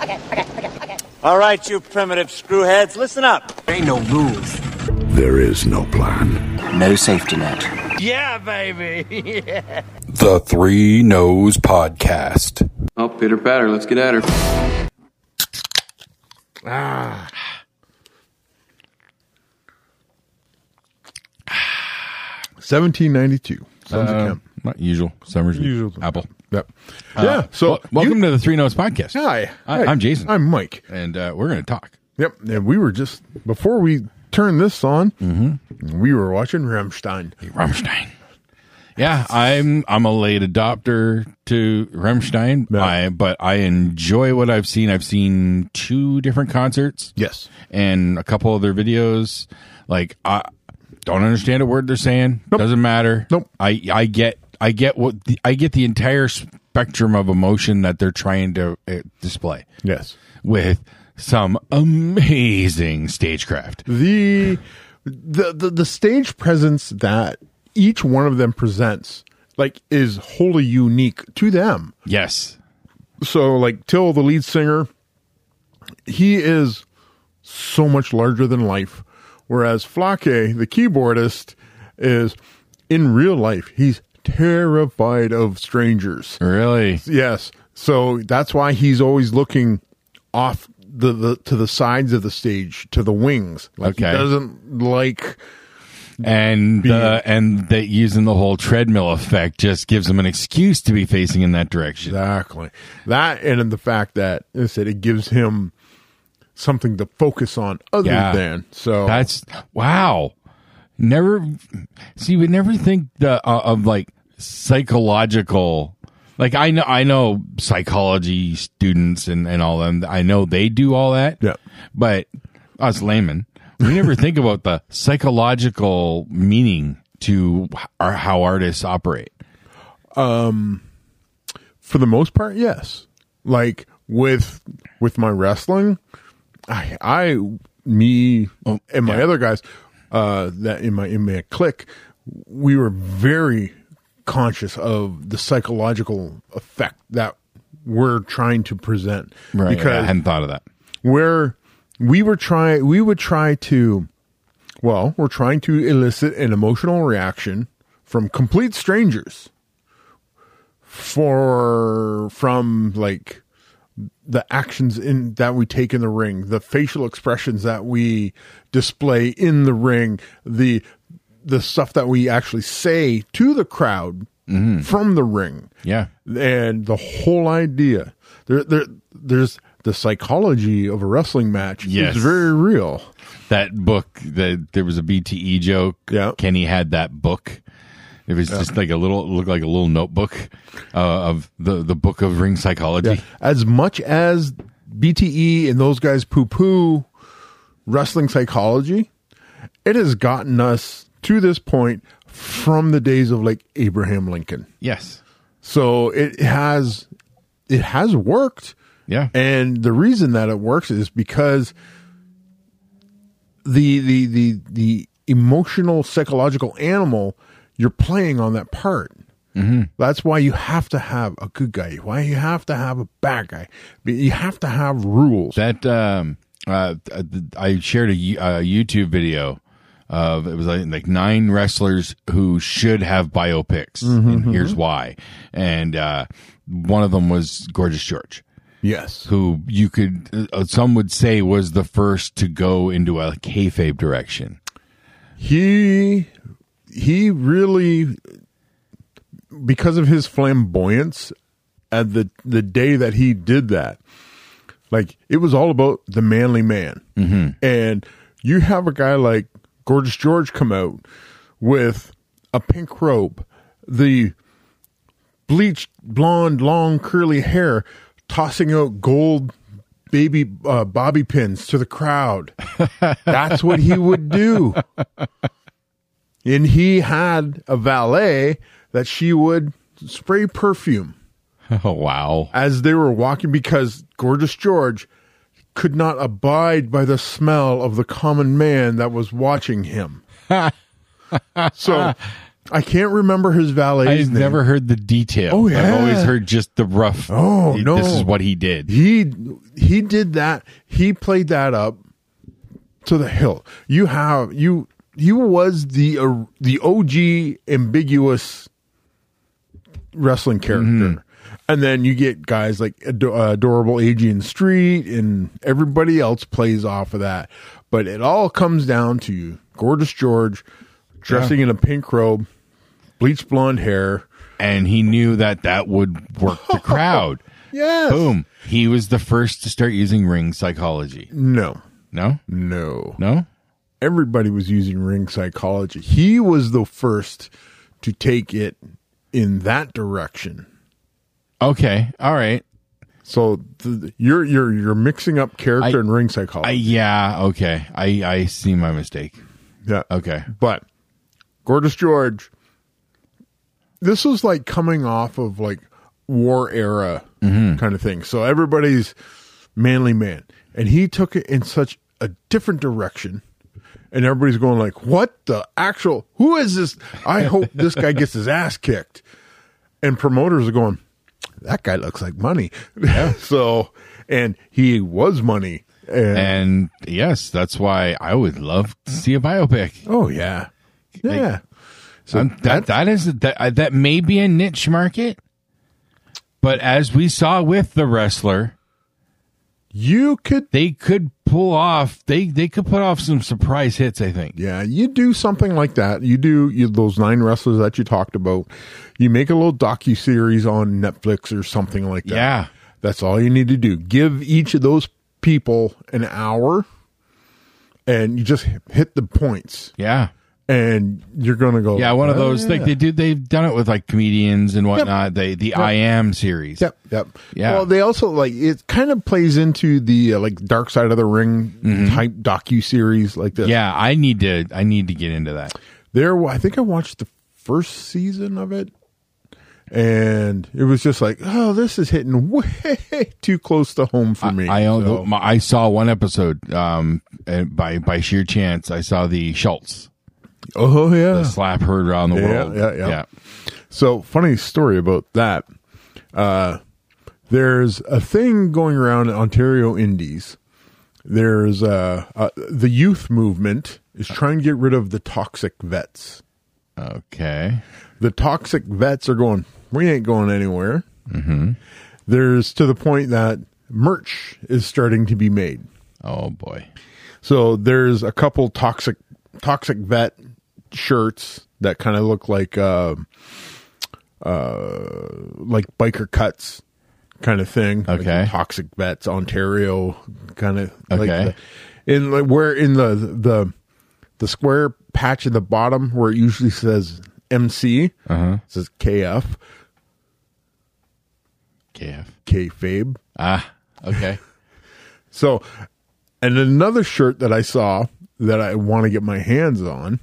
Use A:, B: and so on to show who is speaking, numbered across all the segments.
A: okay, okay, okay, okay.
B: All right, you primitive screwheads, listen up.
C: Ain't no rules.
D: There is no plan.
C: No safety net.
E: The Three Nose Podcast.
F: Oh, Peter Patter, let's get at her.
G: Seventeen ninety two. Sons of Kemp.
H: Not usual. Summers.
G: Usual.
H: Apple.
G: Yep. yeah. So
H: Wel- welcome
G: you-
H: to the Three Notes Podcast.
G: Hi. Hi.
H: I, I'm Jason.
G: I'm Mike.
H: and uh, we're going to talk.
G: Yep. And we were just before we turned this on,
H: Mm-hmm.
G: we were watching Rammstein.
H: Rammstein. Yeah, I'm I'm a late adopter to Rammstein,
G: Yeah.
H: I, but I enjoy what I've seen. I've seen two different concerts
G: Yes.
H: and a couple of their videos. Like I don't understand a word they're saying. Doesn't matter.
G: Nope.
H: I I get I get what the, I get the entire spectrum of emotion that they're trying to uh, display
G: Yes.
H: with some amazing stagecraft.
G: The the the, the stage presence that each one of them presents like is wholly unique to them.
H: Yes.
G: so like Till the lead singer, he is so much larger than life. Whereas Flake, the keyboardist, is in real life, he's terrified of strangers.
H: Really?
G: Yes. So that's why he's always looking off the, the to the sides of the stage, to the wings. Like he
H: Okay.
G: doesn't like
H: and the, and that using the whole treadmill effect just gives them an excuse to be facing in that direction.
G: Exactly. That and in the fact that I said it gives him something to focus on other
H: Yeah.
G: than so
H: That's wow. Never see. We never think the, uh, of like psychological. Like I know, I know psychology students and and all them. I know they do all that.
G: Yeah.
H: But us laymen, we never think about the psychological meaning to h- our, how artists operate.
G: for the most part, yes. Like with with my wrestling, I, I me and my other guys uh, that in my in my clique, we were very conscious of the psychological effect that we're trying to present
H: I hadn't thought of that.
G: where we were trying we would try to well we're trying to elicit an emotional reaction from complete strangers for from like the actions in that we take in the ring the facial expressions that we display in the ring the the stuff that we actually say to the crowd from the ring
H: Yeah.
G: and the whole idea there, there there's the psychology of a wrestling match
H: Yes.
G: is very real
H: that book that there was a BTE joke.
G: Yeah.
H: Kenny had that book. It was just like a little it looked like a little notebook uh, of the the book of ring psychology.
G: as much as bte and those guys poo-poo wrestling psychology it has gotten us to this point from the days of like abraham lincoln
H: Yes.
G: so it has it has worked
H: Yeah.
G: And the reason that it works is because the the the the emotional psychological animal you're playing on that part. That's why you have to have a good guy. Why you have to have a bad guy. But You have to have rules.
H: that um uh th- th- I shared a Yo- uh, YouTube video of it was like, like nine wrestlers who should have biopics and here's why. And uh one of them was Gorgeous George.
G: yes.
H: who you could uh, some would say was the first to go into a kayfabe direction.
G: He he really because of his flamboyance at the the day that he did that like it was all about the manly man and you have a guy like gorgeous george come out with a pink robe the bleached blonde long curly hair tossing out gold baby uh, bobby pins to the crowd that's what he would do and he had a valet that she would spray perfume
H: Oh wow!
G: as they were walking because gorgeous George could not abide by the smell of the common man that was watching him. so I can't remember his valet's
H: I've
G: name.
H: never heard the detail.
G: Oh,
H: I've
G: yeah.
H: always heard just the rough.
G: Oh,
H: "Hey,
G: no.
H: This is what he did.
G: He he did that. He played that up to the hill. You have you you was the uh, the OG ambiguous wrestling character. And then you get guys like Ad- uh, adorable Adrian Street and everybody else plays off of that. But it all comes down to gorgeous George dressing in a pink robe, bleached blonde hair.
H: And he knew that that would work the crowd.
G: Yes.
H: Boom. He was the first to start using ring psychology.
G: No.
H: No?
G: No.
H: No?
G: everybody was using ring psychology. He was the first to take it in that direction.
H: Okay. All right.
G: So th- you're you're you're mixing up character
H: I-
G: and ring
H: I,
G: psychology.
H: yeah. Okay. I, I see my mistake.
G: yeah.
H: Okay.
G: But Gorgeous George, this was like coming off of like war era kind of thing. So everybody's manly man, and he took it in such a different direction. And everybody's going like, "What the actual? Who is this? I hope this guy gets his ass kicked." And promoters are going, "That guy looks like money." so, and he was money. And,
H: And yes, that's why I would love to see a biopic.
G: oh yeah, yeah. so
H: Um, that that is that I- that may be a niche market, but as we saw with the wrestler,
G: you could
H: they could pull off they they could put off some surprise hits. I think.
G: Yeah, you do something like that. You do you, those nine wrestlers that you talked about. You make a little docu series on Netflix or something like that.
H: Yeah.
G: that's all you need to do. Give each of those people an hour, and you just hit the points,
H: Yeah,
G: and you're gonna go.
H: yeah, one of
G: "Oh,
H: those
G: yeah."
H: like they do. They've done it with like comedians and whatnot. They the I am series.
G: Yep, yep.
H: Yeah.
G: Well, they also like it. Kind of plays into the uh, like Dark Side of the Ring
H: Mm-hmm.
G: type docu series like this.
H: Yeah, I need to I need to get into that.
G: there i think i watched the first season of it and it was just like oh this is hitting way too close to home for me
H: I own
G: So-
H: my, I saw one episode um and by by sheer chance. I saw the Schultz
G: oh yeah
H: the slap heard around the
G: Yeah,
H: world.
G: yeah, yeah. so funny story about that uh there's a thing going around in ontario indies there's uh, uh the youth movement is trying to get rid of the toxic vets
H: Okay.
G: the toxic vets are going, we ain't going anywhere. There's to the point that merch is starting to be made.
H: Oh boy.
G: So there's a couple toxic toxic vet shirts that kind of look like uh, uh, like biker cuts kind of thing. Like
H: Okay.
G: the toxic vets Ontario kind of like
H: Okay.
G: the, in like where in the the the square patch at the bottom where it usually says MC
H: Uh-huh.
G: it says KF
H: KF.
G: kayfabe.
H: Ah, okay.
G: So, and another shirt that I saw that I want to get my hands on.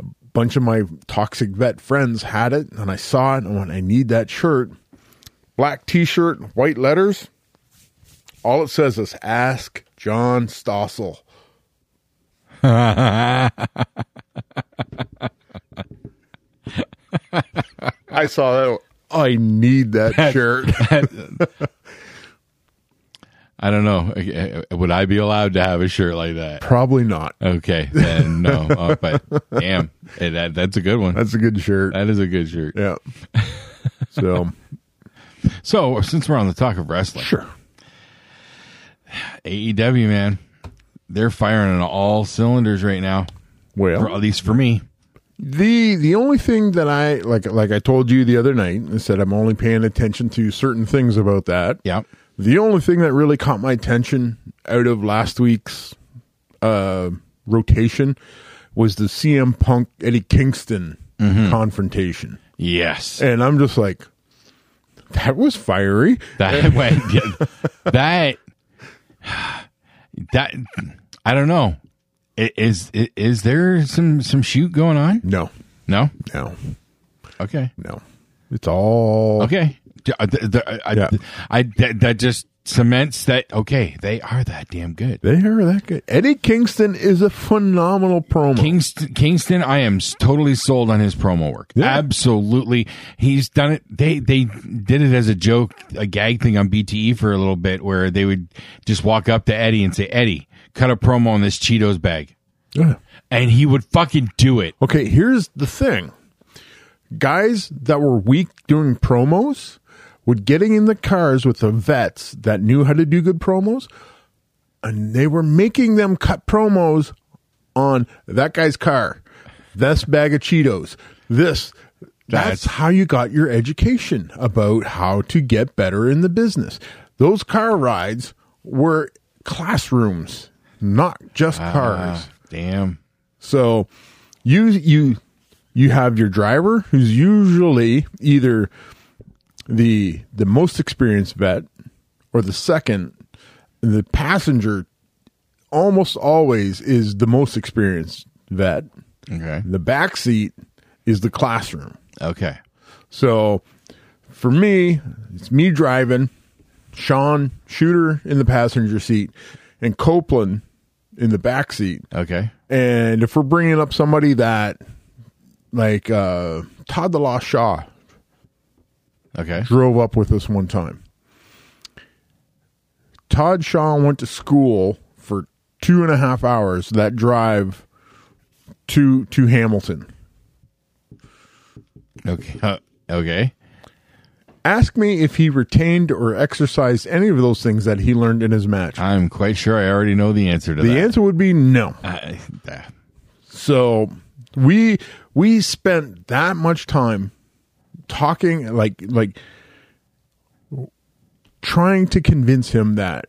G: A bunch of my toxic vet friends had it, and I saw it, and I went, I need that shirt. Black T-shirt, white letters. All it says is "Ask John Stossel." I saw that. I need that shirt.
H: I don't know. Uh, uh, Would I be allowed to have a shirt like that?
G: Probably not.
H: Okay, then no. Oh, but damn, Hey, that, that's a good one.
G: That's a good shirt.
H: That is a good shirt.
G: Yeah. So
H: So, since we're on the talk of wrestling,
G: sure.
H: AEW man, they're firing on all cylinders right now. For,
G: Well,
H: at least for me.
G: the the only thing that I like, like I told you the other night, I said I'm only paying attention to certain things about that.
H: Yeah.
G: The only thing that really caught my attention out of last week's uh, rotation was the CM Punk Eddie Kingston confrontation,
H: Yes.
G: and I'm just like, that was fiery.
H: That went. yeah, that. That. I don't know. I- Is i- is there some some shoot going on?
G: No,
H: No.
G: no,
H: Okay.
G: no. It's all
H: Okay. I, I, I,
G: Yeah.
H: I- that, that just cements that. Okay, they are that damn good.
G: They are that good. Eddie Kingston is a phenomenal promo.
H: Kingston, Kingston, I am s- totally sold on his promo work.
G: Yeah.
H: Absolutely, he's done it. They they did it as a joke, a gag thing on BTE for a little bit, where they would just walk up to Eddie and say, "Eddie, cut a promo on this Cheetos bag,"
G: Yeah.
H: and he would fucking do it.
G: Okay, here's the thing. Guys that were weak doing promos would getting in the cars with the vets that knew how to do good promos, and they were making them cut promos on that guy's car, this bag of Cheetos, this. That's
H: That's-
G: how you got your education about how to get better in the business. Those car rides were classrooms, not just cars.
H: Ah, damn.
G: So you you you have your driver who's usually either the the most experienced vet or the second and the passenger almost always is the most experienced vet.
H: Okay.
G: The back seat is the classroom.
H: Okay.
G: So for me, it's me driving, Sean Shooter in the passenger seat, and Copeland in the back seat.
H: Okay.
G: And if we're bringing up somebody that, like uh, Todd the Law Shaw,
H: Okay.
G: drove up with us one time. Todd Shaw went to school for two and a half hours that drive to to Hamilton.
H: Okay. Uh, okay.
G: Ask me if he retained or exercised any of those things that he learned in his match.
H: I'm quite sure I already know the answer to
G: the
H: that.
G: answer would be no.
H: I- that-
G: So we we spent that much time talking like like trying to convince him that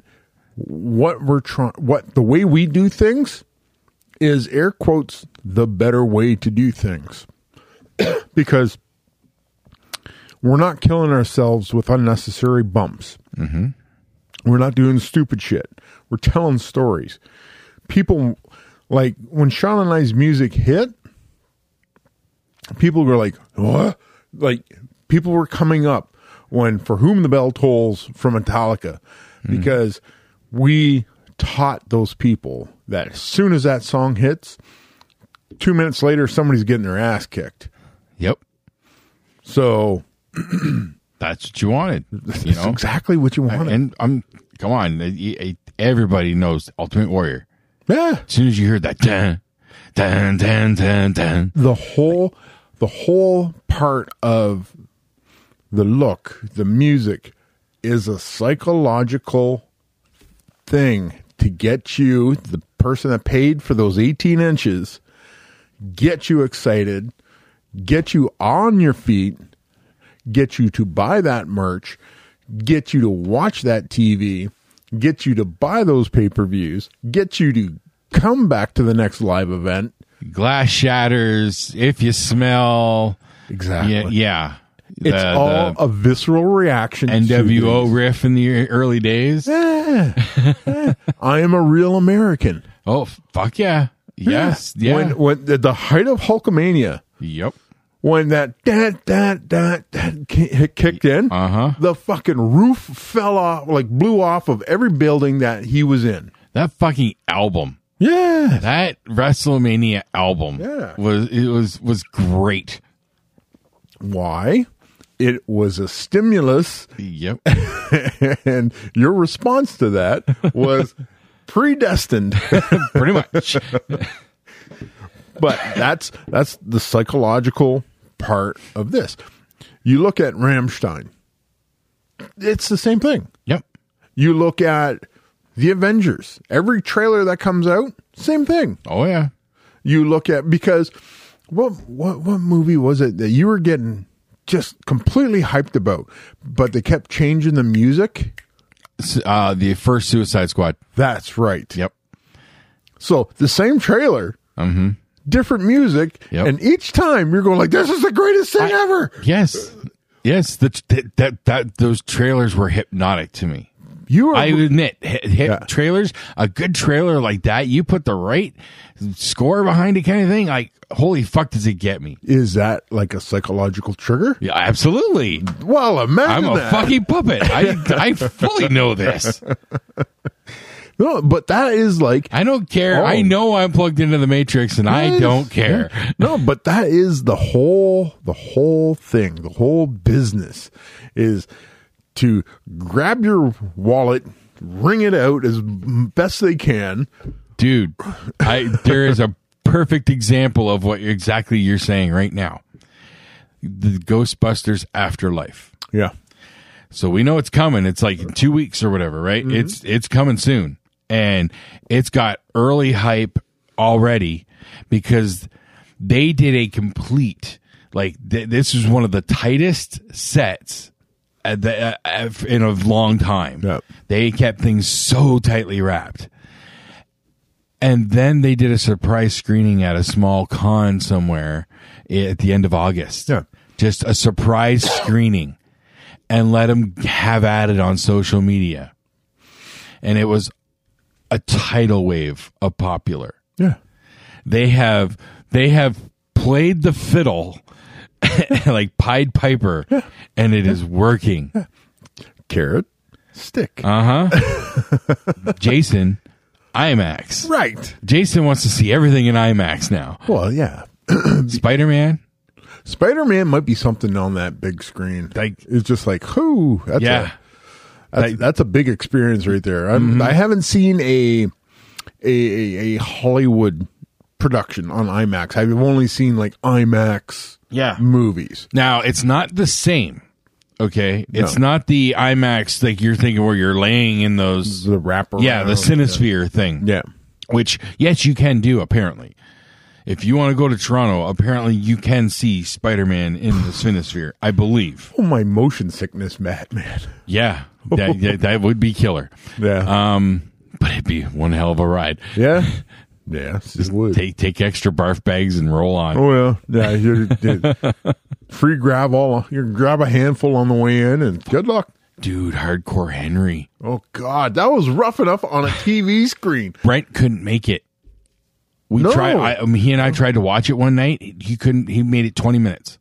G: what we're trying what the way we do things is air quotes the better way to do things because we're not killing ourselves with unnecessary bumps we're not doing stupid shit we're telling stories people like when Sean and I's music hit, people were like, "What?" Like people were coming up when "For Whom the Bell Tolls" from Metallica,
H: Mm-hmm.
G: because we taught those people that as soon as that song hits, two minutes later somebody's getting their ass kicked.
H: Yep.
G: So
H: That's what you wanted. You
G: it's
H: know.
G: exactly what you wanted.
H: And I'm come on, e- e- everybody knows Ultimate Warrior.
G: yeah.
H: As soon as you hear that, dun, dun, dun, dun, dun,
G: the whole the whole part of the look the music is a psychological thing to get you the person that paid for those 18 inches get you excited get you on your feet get you to buy that merch get you to watch that tv get you to buy those pay-per-views get you to come back to the next live event
H: glass shatters. If you smell,
G: Exactly.
H: yeah, yeah. The-
G: It's all
H: the
G: a visceral reaction. to
H: NWO
G: these.
H: riff in the early days.
G: I am a real American.
H: Oh f- fuck yeah! Yes, yeah.
G: When, when at the height of Hulkamania,
H: yep.
G: when that that that that that ki- hit kicked in,
H: Uh-huh.
G: the fucking roof fell off, like blew off of every building that he was in.
H: That fucking album.
G: Yeah,
H: That WrestleMania album
G: Yeah.
H: was it was was great.
G: why? It was a stimulus,
H: Yep.
G: and your response to that was predestined.
H: Pretty much.
G: but that's that's the psychological part of this. You look at Ramstein. It's the same thing.
H: yep.
G: You look at the Avengers. Every trailer that comes out, same thing.
H: Oh yeah.
G: You look at because what what what movie was it that you were getting just completely hyped about, but they kept changing the music?
H: S- Uh, the first Suicide Squad.
G: That's right.
H: Yep.
G: So the same trailer, different music,
H: Mm-hmm. Yep.
G: and each time you're going like, "This is the greatest thing ever."
H: Yes. Yes. The, that, that, that, those trailers were hypnotic to me.
G: You are
H: I admit, hit, hit
G: Oh, Yeah.
H: trailers, a good trailer like that, you put the right score behind it, kind of thing. Like, holy fuck, does it get me?
G: is that like a psychological trigger?
H: Yeah, absolutely.
G: Well,
H: I'm
G: imagine
H: a
G: that.
H: fucking puppet. I I fully know this.
G: no, but that is like
H: I don't care.
G: Oh.
H: I know I'm plugged into the matrix, and I
G: Yes.
H: don't care.
G: no, but that is the whole the whole thing, the whole business is to grab your wallet, wring it out as best they can.
H: dude i there is a perfect example of what exactly you're saying right now the ghostbusters afterlife
G: Yeah.
H: so we know it's coming it's like in two weeks or whatever right
G: Mm-hmm.
H: it's it's coming soon and it's got early hype already because they did a complete like th- this is one of the tightest sets at the, uh, in a long time
G: Yep.
H: they kept things so tightly wrapped and then they did a surprise screening at a small con somewhere at the end of August.
G: Yeah.
H: Just a surprise screening and let them have at it on social media. And it was a tidal wave of popular.
G: Yeah.
H: They have they have played the fiddle like Pied Piper and it is working.
G: Carrot, stick.
H: Uh, Uh-huh. Jason, IMAX.
G: right.
H: Jason wants to see everything in IMAX now.
G: Well, yeah.
H: Spider-Man,
G: Spider Man might be something on that big screen.
H: Like-
G: it's just like, whoo, that's
H: yeah.
G: a, that's, that's a big experience right there. I'm,
H: Mm-hmm.
G: I haven't seen a, a a a Hollywood production on IMAX. I've only seen like IMAX
H: Yeah.
G: movies.
H: Now it's not the same. Okay, it's not the IMAX like you're thinking where you're laying in those.
G: The wrapper,
H: Yeah, the Cinesphere thing.
G: Yeah.
H: which yes, you can do apparently. If you want to go to Toronto, apparently you can see Spider-Man in the Cinesphere. I believe.
G: Oh my motion sickness, Matt man.
H: Yeah, that, that, that would be killer.
G: Yeah,
H: Um, but it'd be one hell of a ride.
G: yeah, yeah. It would.
H: Take take extra barf bags and roll on.
G: oh yeah, yeah. You're, you're- free grab all. You grab a handful on the way in, and good luck.
H: Dude, hardcore Henry.
G: Oh God, that was rough enough on a TV screen.
H: Brent couldn't make it. We
G: No.
H: tried. I, I mean, he and I tried to watch it one night. He couldn't. He made it twenty minutes.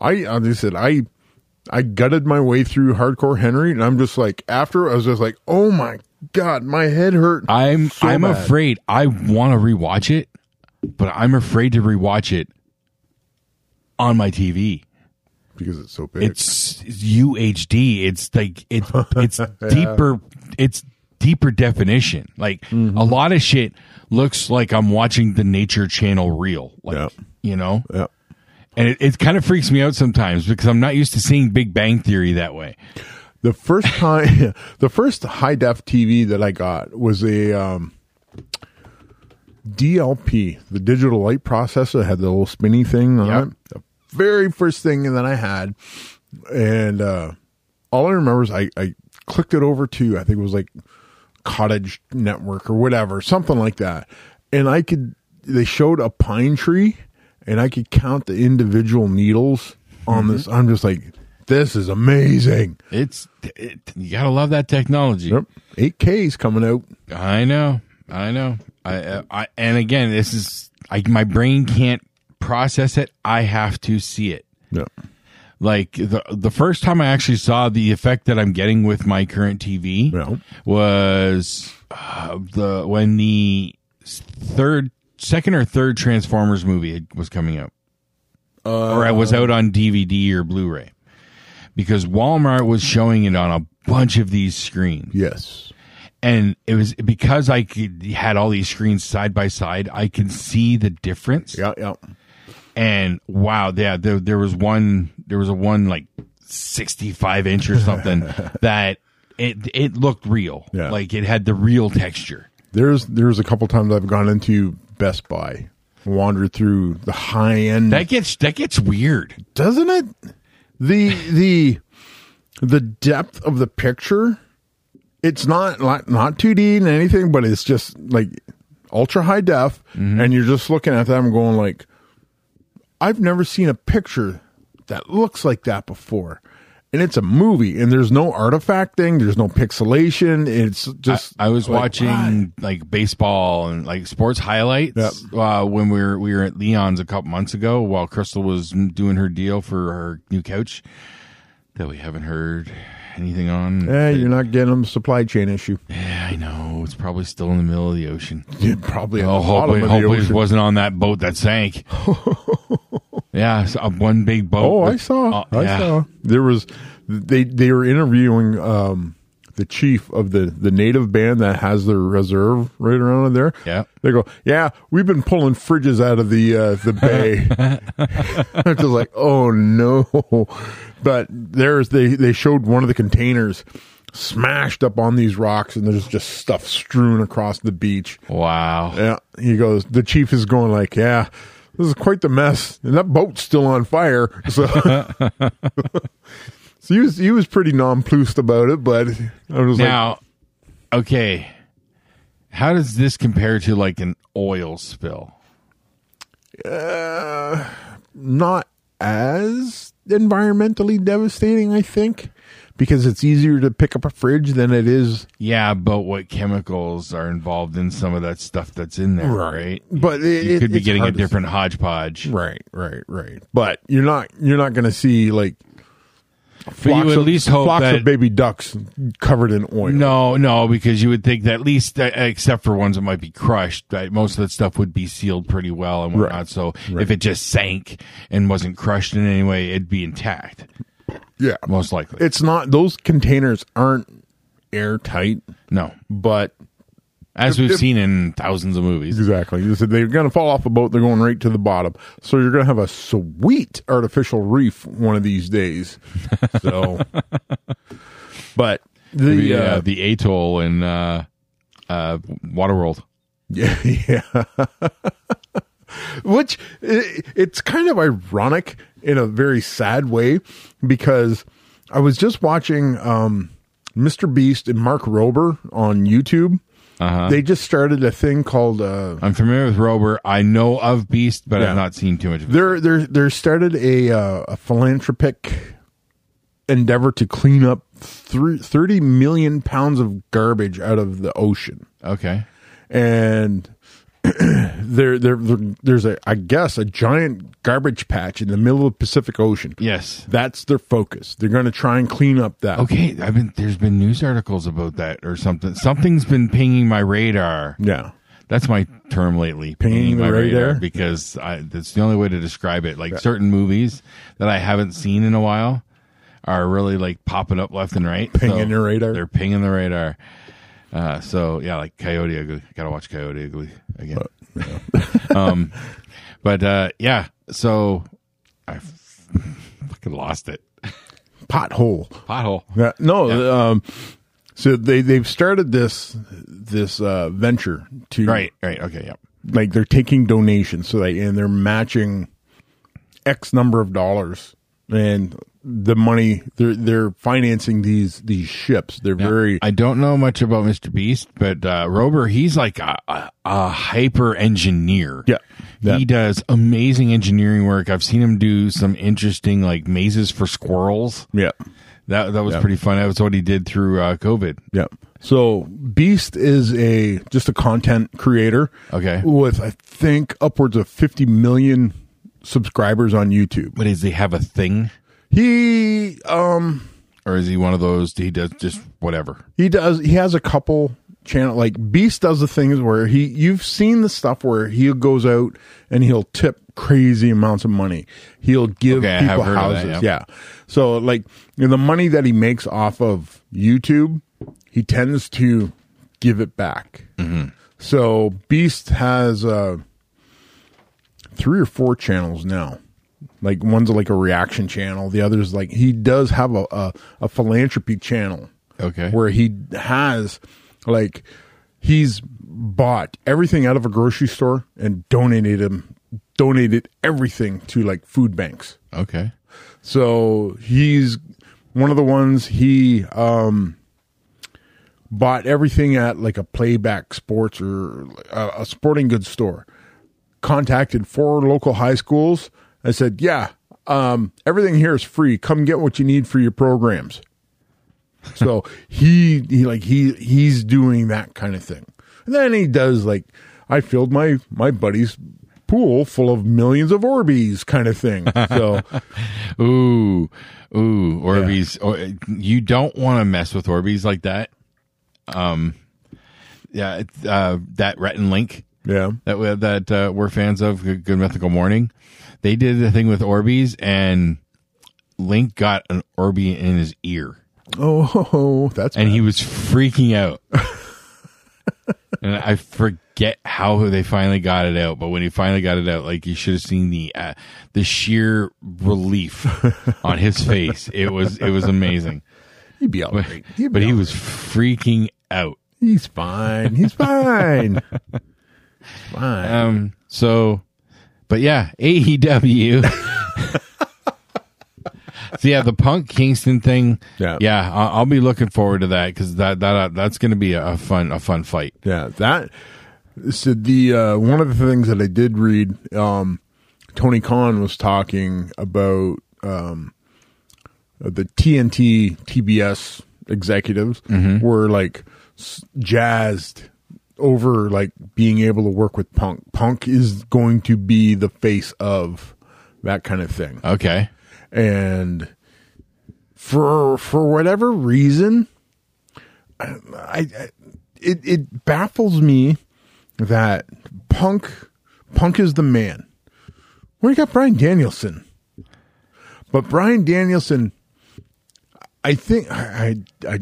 G: I I just said I I gutted my way through Hardcore Henry, and I'm just like after I was just like, oh my god, my head hurt.
H: I'm.
G: so
H: I'm
G: bad.
H: afraid. I want to rewatch it, but I'm afraid to rewatch it on my TV.
G: because it's so big.
H: It's UHD. It's like it's it's deeper. It's deeper definition. Like
G: Mm-hmm.
H: a lot of shit looks like I'm watching the Nature Channel reel. Like
G: Yeah.
H: you know.
G: Yeah.
H: And it, it kind of freaks me out sometimes because I'm not used to seeing Big Bang Theory that way.
G: the first time, the first high def TV that I got was a um, DLP, the digital light processor. It had the little spinny thing on
H: Yep.
G: it. The very first thing that I had, and uh, all I remember is I, I clicked it over to I think it was like Cottage Network or whatever, something like that, and I could. They showed a pine tree, and I could count the individual needles on this. I'm just like, this is amazing.
H: It's it, you gotta love that technology.
G: Yep. 8K's coming out.
H: I know, I know. I, I, I and again, this is I, my brain can't process it. I have to see it.
G: Yep.
H: Like the the first time I actually saw the effect that I'm getting with my current TV
G: Yeah.
H: was uh, the when the third, second or third Transformers movie had- was coming out, or I was out on DVD or Blu-ray because Walmart was showing it on a bunch of these screens
G: Yes.
H: and it was because I could, had all these screens side by side. I could see the difference.
G: Yeah, yeah.
H: And wow, yeah, there, there was one, there was a one like sixty-five inch or something that it it looked real.
G: Yeah.
H: Like it had the real texture.
G: There's there's a couple times I've gone into Best Buy, wandered through the high end,
H: That gets that gets weird.
G: doesn't it? The the the depth of the picture. It's not not not 2D and anything, but it's just like ultra high def,
H: Mm-hmm.
G: and you're just looking at them going like, I've never seen a picture that looks like that before. and it's a movie, and there's no artifacting, there's no pixelation. It's just
H: I, I was
G: like,
H: watching
G: wow.
H: like baseball and like sports highlights
G: Yep.
H: uh, when we were we were at Leon's a couple months ago while Crystal was doing her deal for her new couch that we haven't heard anything on.
G: Eh, you're not getting them supply chain issue.
H: Yeah, I know it's probably still in the middle of the ocean.
G: You're probably at
H: Oh,
G: the bottom
H: hopefully,
G: of the
H: hopefully it
G: ocean.
H: wasn't on that boat that sank. yeah, so, uh, one big boat.
G: Oh, I
H: with-
G: saw.
H: uh,
G: I
H: yeah.
G: saw. There was they they were interviewing um the chief of the the native band that has their reserve right around in there.
H: Yeah.
G: They go, "Yeah, we've been pulling fridges out of the uh the bay." I'm just like, "Oh no." But there's they they showed one of the containers smashed up on these rocks and there's just stuff strewn across the beach.
H: Wow.
G: Yeah, he goes. The chief is going like, "Yeah, this is quite the mess, and that boat's still on fire." So, so he was he was pretty nonplussed about it, but I was like,
H: Now, okay, how does this compare to like an oil spill?
G: not as environmentally devastating, I think, because it's easier to pick up a fridge than it is.
H: Yeah, but what chemicals are involved in some of that stuff that's in there, right?
G: But it,
H: You
G: it-
H: could be
G: it's
H: getting a
G: hard to
H: different hodgepodge.
G: see. Right, right, right. But you're not you're not going to see like
H: But you at
G: of,
H: least hope
G: flocks
H: that
G: of baby ducks covered in oil.
H: no, no, because you would think that at least, uh, except for ones that might be crushed, that most of that stuff would be sealed pretty well and whatnot.
G: Right.
H: So if it just sank and wasn't crushed in any way, it'd be intact,
G: yeah,
H: most likely.
G: it's not those containers aren't airtight
H: no,
G: but
H: as we've seen in thousands of movies.
G: exactly You said they're going to fall off a boat they're going right to the bottom so you're going to have a sweet artificial reef one of these days so but the
H: the
G: uh,
H: uh, the atoll in uh, uh, Waterworld.
G: Yeah, yeah. Which i it's kind of ironic in a very sad way because I was just watching um, Mr. Beast and Mark Rober on YouTube. They just started a thing called uh,
H: I'm familiar with Rober. I know of Beast, but
G: Yeah.
H: I've not seen too much of it.
G: they're they're they're started a uh, a philanthropic endeavor to clean up thr- 30 million pounds of garbage out of the ocean.
H: Okay.
G: and there, there, there- there's a, I guess, a giant garbage patch in the middle of the Pacific Ocean.
H: Yes.
G: That's their focus. They're going to try and clean up that.
H: Okay. I've been there's been news articles about that or something. Something's been pinging my radar.
G: Yeah.
H: That's my term lately.
G: Pinging the
H: my
G: radar?
H: because I, that's the only way to describe it. Like certain movies that I haven't seen in a while are really like popping up left and right.
G: Pinging your radar?
H: They're pinging the radar. Uh, so yeah, like Coyote Ugly. Gotta watch Coyote Ugly again. um, but uh, yeah, so I f- fucking lost it.
G: Pothole.
H: Pothole.
G: Yeah, no. Um, so they, they've started this, this, uh, venture to,
H: Right. Right. Okay. Yep.
G: like they're taking donations. So they, and they're matching X number of dollars and the money they're, they're financing these, these ships. They're
H: Now,
G: very,
H: I don't know much about Mr. Beast, but uh, Rober, he's like a, a, a hyper engineer.
G: Yeah. Yeah.
H: He does amazing engineering work. I've seen him do some interesting like mazes for squirrels.
G: yeah.
H: That that was pretty fun. That was what he did through uh, COVID.
G: Yeah. So Beast is a just a content creator.
H: Okay.
G: With I think upwards of 50 million subscribers on YouTube.
H: But does he have a thing,
G: He um
H: or is he one of those? He does just whatever.
G: he does he has a couple channel like Beast does the things where he you've seen the stuff where he goes out and he'll tip crazy amounts of money. He'll give
H: Okay, I have
G: people
H: heard of that,
G: houses.
H: yeah.
G: yeah. Yeah. So like you know, the money that he makes off of YouTube, he tends to give it back.
H: Mm-hmm.
G: So Beast has uh, three or four channels now. Like one's like a reaction channel. The other's like he does have a a, a philanthropy channel.
H: Okay.
G: Where he has like he's bought everything out of a grocery store and donated him donated everything to like food banks.
H: Okay.
G: So he's one of the ones he um bought everything at like a playback sports or uh, a, a sporting goods store. Contacted four local high schools. I said, "Yeah, um, everything here is free. Come get what you need for your programs. So he he like he he's doing that kind of thing. And then he does like I filled my my buddy's pool full of millions of Orbeez kind of thing. So
H: Ooh, ooh, Orbeez. Or, you don't want to mess with Orbeez like that. Um, yeah, it's, uh, that Retin Link
G: yeah.
H: that we, that uh, we're fans of, Good, Good Mythical Morning. They did the thing with Orbeez, and Link got an Orby in his ear,
G: Oh, that's
H: and he was freaking out. and I forget how they finally got it out, but when he finally got it out, like you should have seen the uh, the sheer relief on his face. It was it was amazing.
G: he'd be all
H: But,
G: right. He'd be
H: but he
G: all
H: was freaking out.
G: He's fine. He's fine. He's fine.
H: Um. So, but yeah, E AEW. so yeah, the Punk Kingston thing.
G: Yeah.
H: yeah. I'll, I'll be looking forward to that because that that uh, that's going to be a, a fun a fun fight.
G: yeah, that. So the uh, one of the things that I did read, um, Tony Khan was talking about um, the TNT TBS executives
H: Mm-hmm.
G: were like s- jazzed over like being able to work with Punk. Punk is going to be the face of that kind of thing.
H: Okay.
G: and for for whatever reason I, I it it baffles me that punk punk is the man we got Brian Danielson but Brian Danielson I think I I I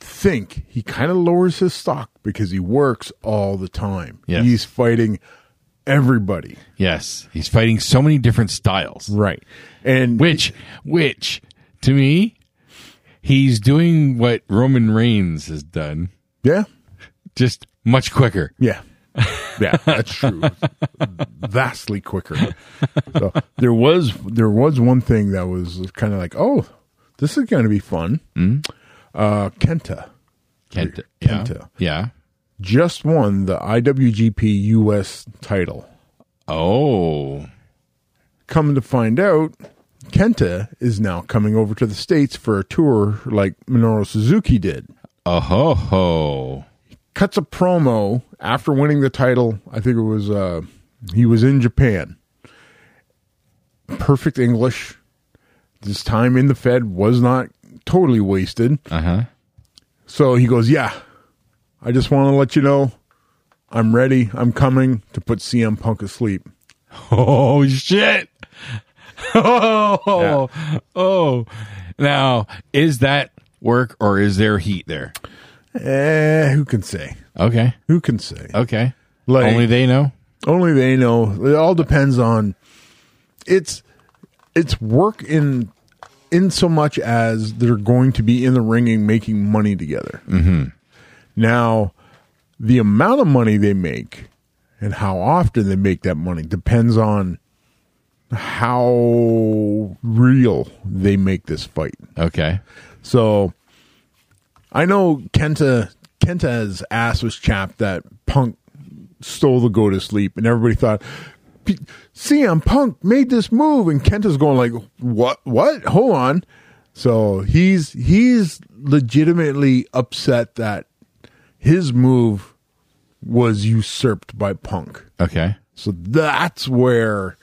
G: think he kind of lowers his stock because he works all the time
H: Yes.
G: he's fighting everybody
H: Yes, he's fighting so many different styles.
G: right and
H: Which, which, to me, he's doing what Roman Reigns has done,
G: yeah
H: just much quicker.
G: Yeah. Yeah, that's true. Vastly quicker. So there was there was one thing that was kind of like, oh, this is going to be fun. Uh, Kenta
H: Kenta. Yeah.
G: Kenta.
H: Yeah.
G: just won the IWGP US title.
H: Oh.
G: Come to find out, Kenta is now coming over to the states for a tour like Minoru Suzuki did.
H: Oh ho ho.
G: Cuts a promo after winning the title. I think it was uh, he was in Japan. perfect English. His time in the Fed was not totally wasted.
H: Uh huh.
G: So he goes, Yeah, I just want to let you know I'm ready. I'm coming to put CM Punk asleep.
H: Oh shit. Oh, oh. Now, is that work or is there heat there?
G: Eh, who can say?
H: Okay.
G: Who can say?
H: Okay.
G: Like-
H: Only they know.
G: Only they know. It all depends on it's it's work in in so much as they're going to be in the ring and making money together. Mm-hmm. Now, the amount of money they make and how often they make that money depends on how real they make this fight.
H: Okay.
G: So I know Kenta Kenta's ass was chapped that Punk stole the go to sleep, and everybody thought "P- CM Punk made this move, and Kenta's going like, "What? What? Hold on." So he's he's legitimately upset that his move was usurped by Punk.
H: Okay.
G: So that's where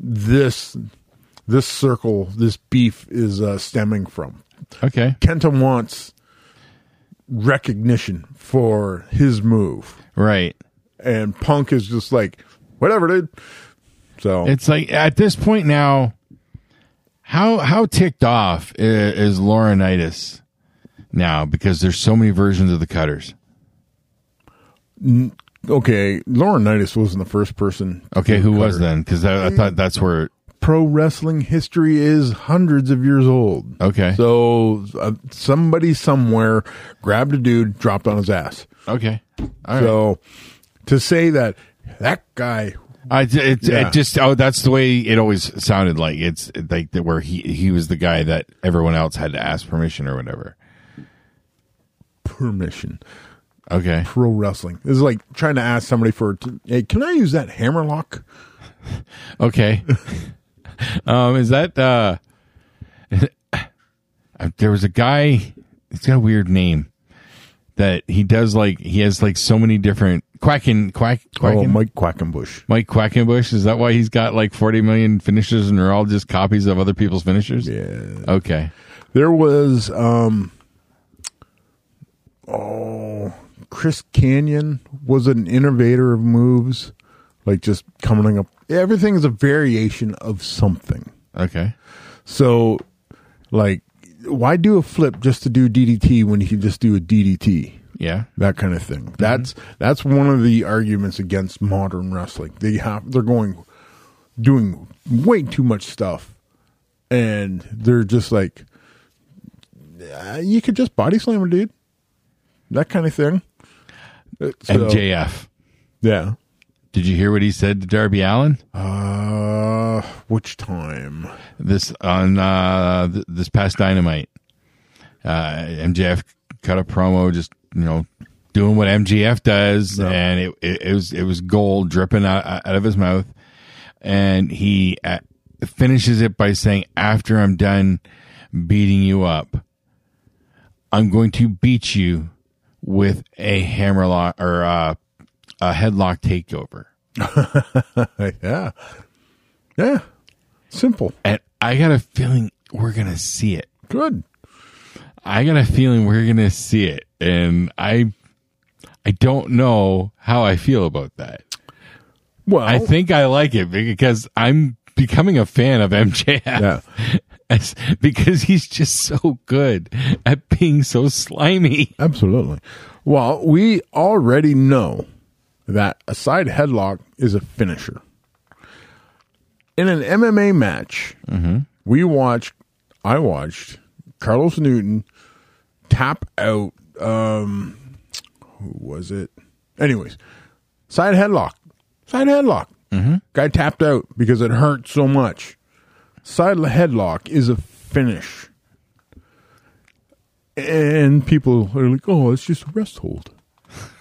G: this this circle, this beef is uh, stemming from.
H: Okay.
G: Kenta wants recognition for his move,
H: Right.
G: and Punk is just like, whatever, dude. So
H: It's like at this point now, how how ticked off i- is Laurinaitis now because there's so many versions of the cutters.
G: okay, Laurinaitis wasn't the first person. to
H: Okay,
G: do
H: who
G: cutter.
H: was then? Because I, I thought that's where.
G: Pro wrestling history is hundreds of years old.
H: Okay.
G: So uh, somebody somewhere grabbed a dude, dropped on his ass.
H: Okay. All right.
G: so to say that that guy
H: I ju- it,
G: Yeah.
H: it just oh that's the way it always sounded like it's like that where he he was the guy that everyone else had to ask permission or whatever.
G: permission
H: Okay.
G: pro wrestling is like trying to ask somebody for hey, can I use that hammerlock?
H: Okay. um, is that uh, there was a guy. He's got a weird name that he does like he has like so many different quacking quack
G: Oh,
H: quacking.
G: Mike Quackenbush.
H: Mike Quackenbush, is that why he's got like 40 million finishes and they're all just copies of other people's finishers?
G: Yeah.
H: Okay.
G: There was um oh Chris Canyon was an innovator of moves, like just coming up. Everything is a variation of something.
H: Okay.
G: So, like, why do a flip just to do DDT when you can just do a DDT?
H: Yeah.
G: That kind of thing. That's that's one of the arguments against modern wrestling. They have they're going doing way too much stuff, and they're just like, "Uh, you could just body slam a dude. That kind of thing. Uh, so-
H: MJF.
G: Yeah.
H: Did you hear what he said to Darby Allen?
G: Uh, which time?
H: This on uh th- this past Dynamite. Uh MJF cut a promo just, you know, doing what MJF does and it, it it was it was gold dripping out out of his mouth and he uh, finishes it by saying after I'm done beating you up, I'm going to beat you with a hammerlock or uh, a headlock takeover.
G: Yeah. Yeah. Simple.
H: And I got a feeling we're going to see it.
G: Good.
H: I got a feeling we're going to see it. And I I don't know how I feel about that.
G: Well,
H: I think I like it because I'm becoming a fan of MJF.
G: Yeah.
H: It's because he's just so good at being so slimy.
G: Absolutely. Well, we already know that a side headlock is a finisher. In an MMA match, we watched, I watched Carlos Newton tap out, um, who was it? Anyways, side headlock, side headlock. Guy tapped out because it hurt so much. Side headlock is a finish and people are like, "Oh, it's just a rest hold."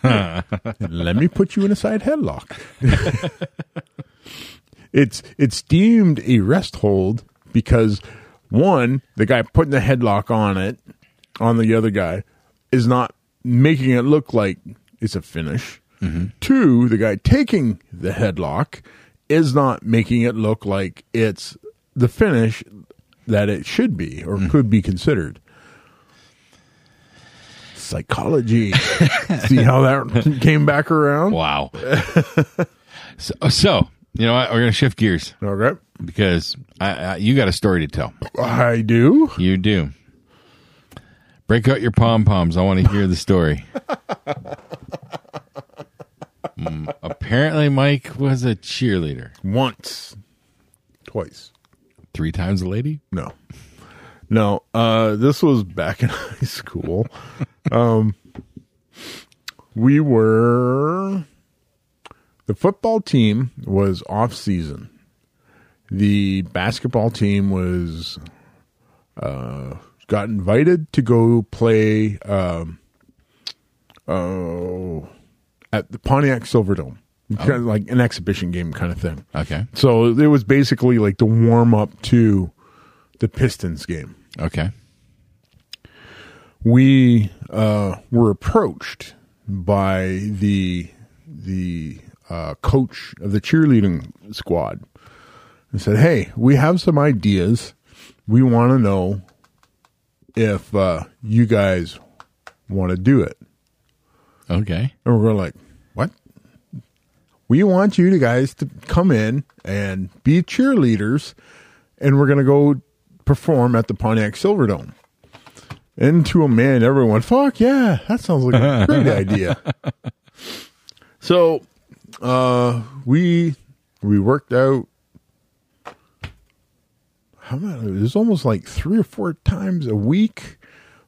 G: Let me put you in a side headlock. it's it's deemed a rest hold because one, the guy putting the headlock on it on the other guy is not making it look like it's a finish. Two, the guy taking the headlock is not making it look like it's the finish that it should be or could be considered psychology. See how that came back around?
H: Wow. so, so, you know what? We're going to shift gears
G: Okay.
H: because I, I, you got a story to tell.
G: I do.
H: You do. Break out your pom poms. I want to hear the story. Mm, apparently, Mike was a cheerleader.
G: Once. Twice.
H: Three times a lady?
G: No. No. Uh this was back in high school. um we were the football team was off season. The basketball team was uh got invited to go play um oh at the Pontiac Silverdome. Kind of like an exhibition game kind of thing.
H: Okay.
G: So it was basically like the warm up to the Pistons game.
H: Okay.
G: We uh, were approached by the the uh, coach of the cheerleading squad and said, "Hey, we have some ideas. We want to know if uh, you guys want to do it."
H: Okay.
G: And we're like, what? We want you to guys to come in and be cheerleaders, and we're going to go perform at the Pontiac Silverdome. And to a man, everyone, fuck yeah, that sounds like a great idea. So uh, we we worked out. How many? It was almost like three or four times a week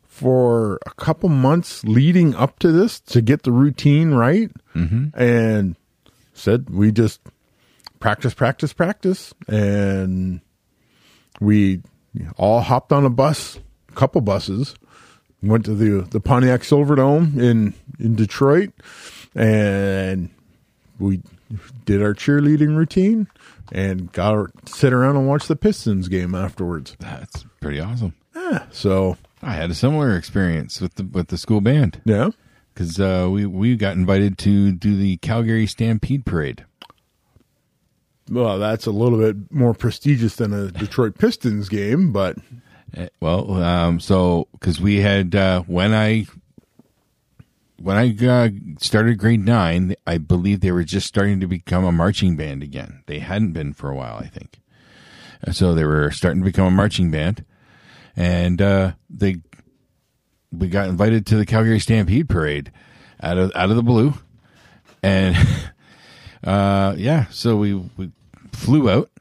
G: for a couple months leading up to this to get the routine right and said we just practice practice practice and we all hopped on a bus a couple buses went to the the Pontiac Silverdome in in Detroit and we did our cheerleading routine and got our, sit around and watch the Pistons game afterwards.
H: That's pretty awesome.
G: So
H: I had a similar experience with the with the school band
G: yeah,
H: because uh, we we got invited to do the Calgary Stampede Parade.
G: well, that's a little bit more prestigious than a Detroit Pistons game, but
H: Eh, Well, um, so because we had uh, when I when I uh, started grade nine, I believe they were just starting to become a marching band again. They hadn't been for a while, I think. And so they were starting to become a marching band, and uh, they we got invited to the Calgary Stampede Parade out of out of the blue, and uh, yeah, so we we flew out.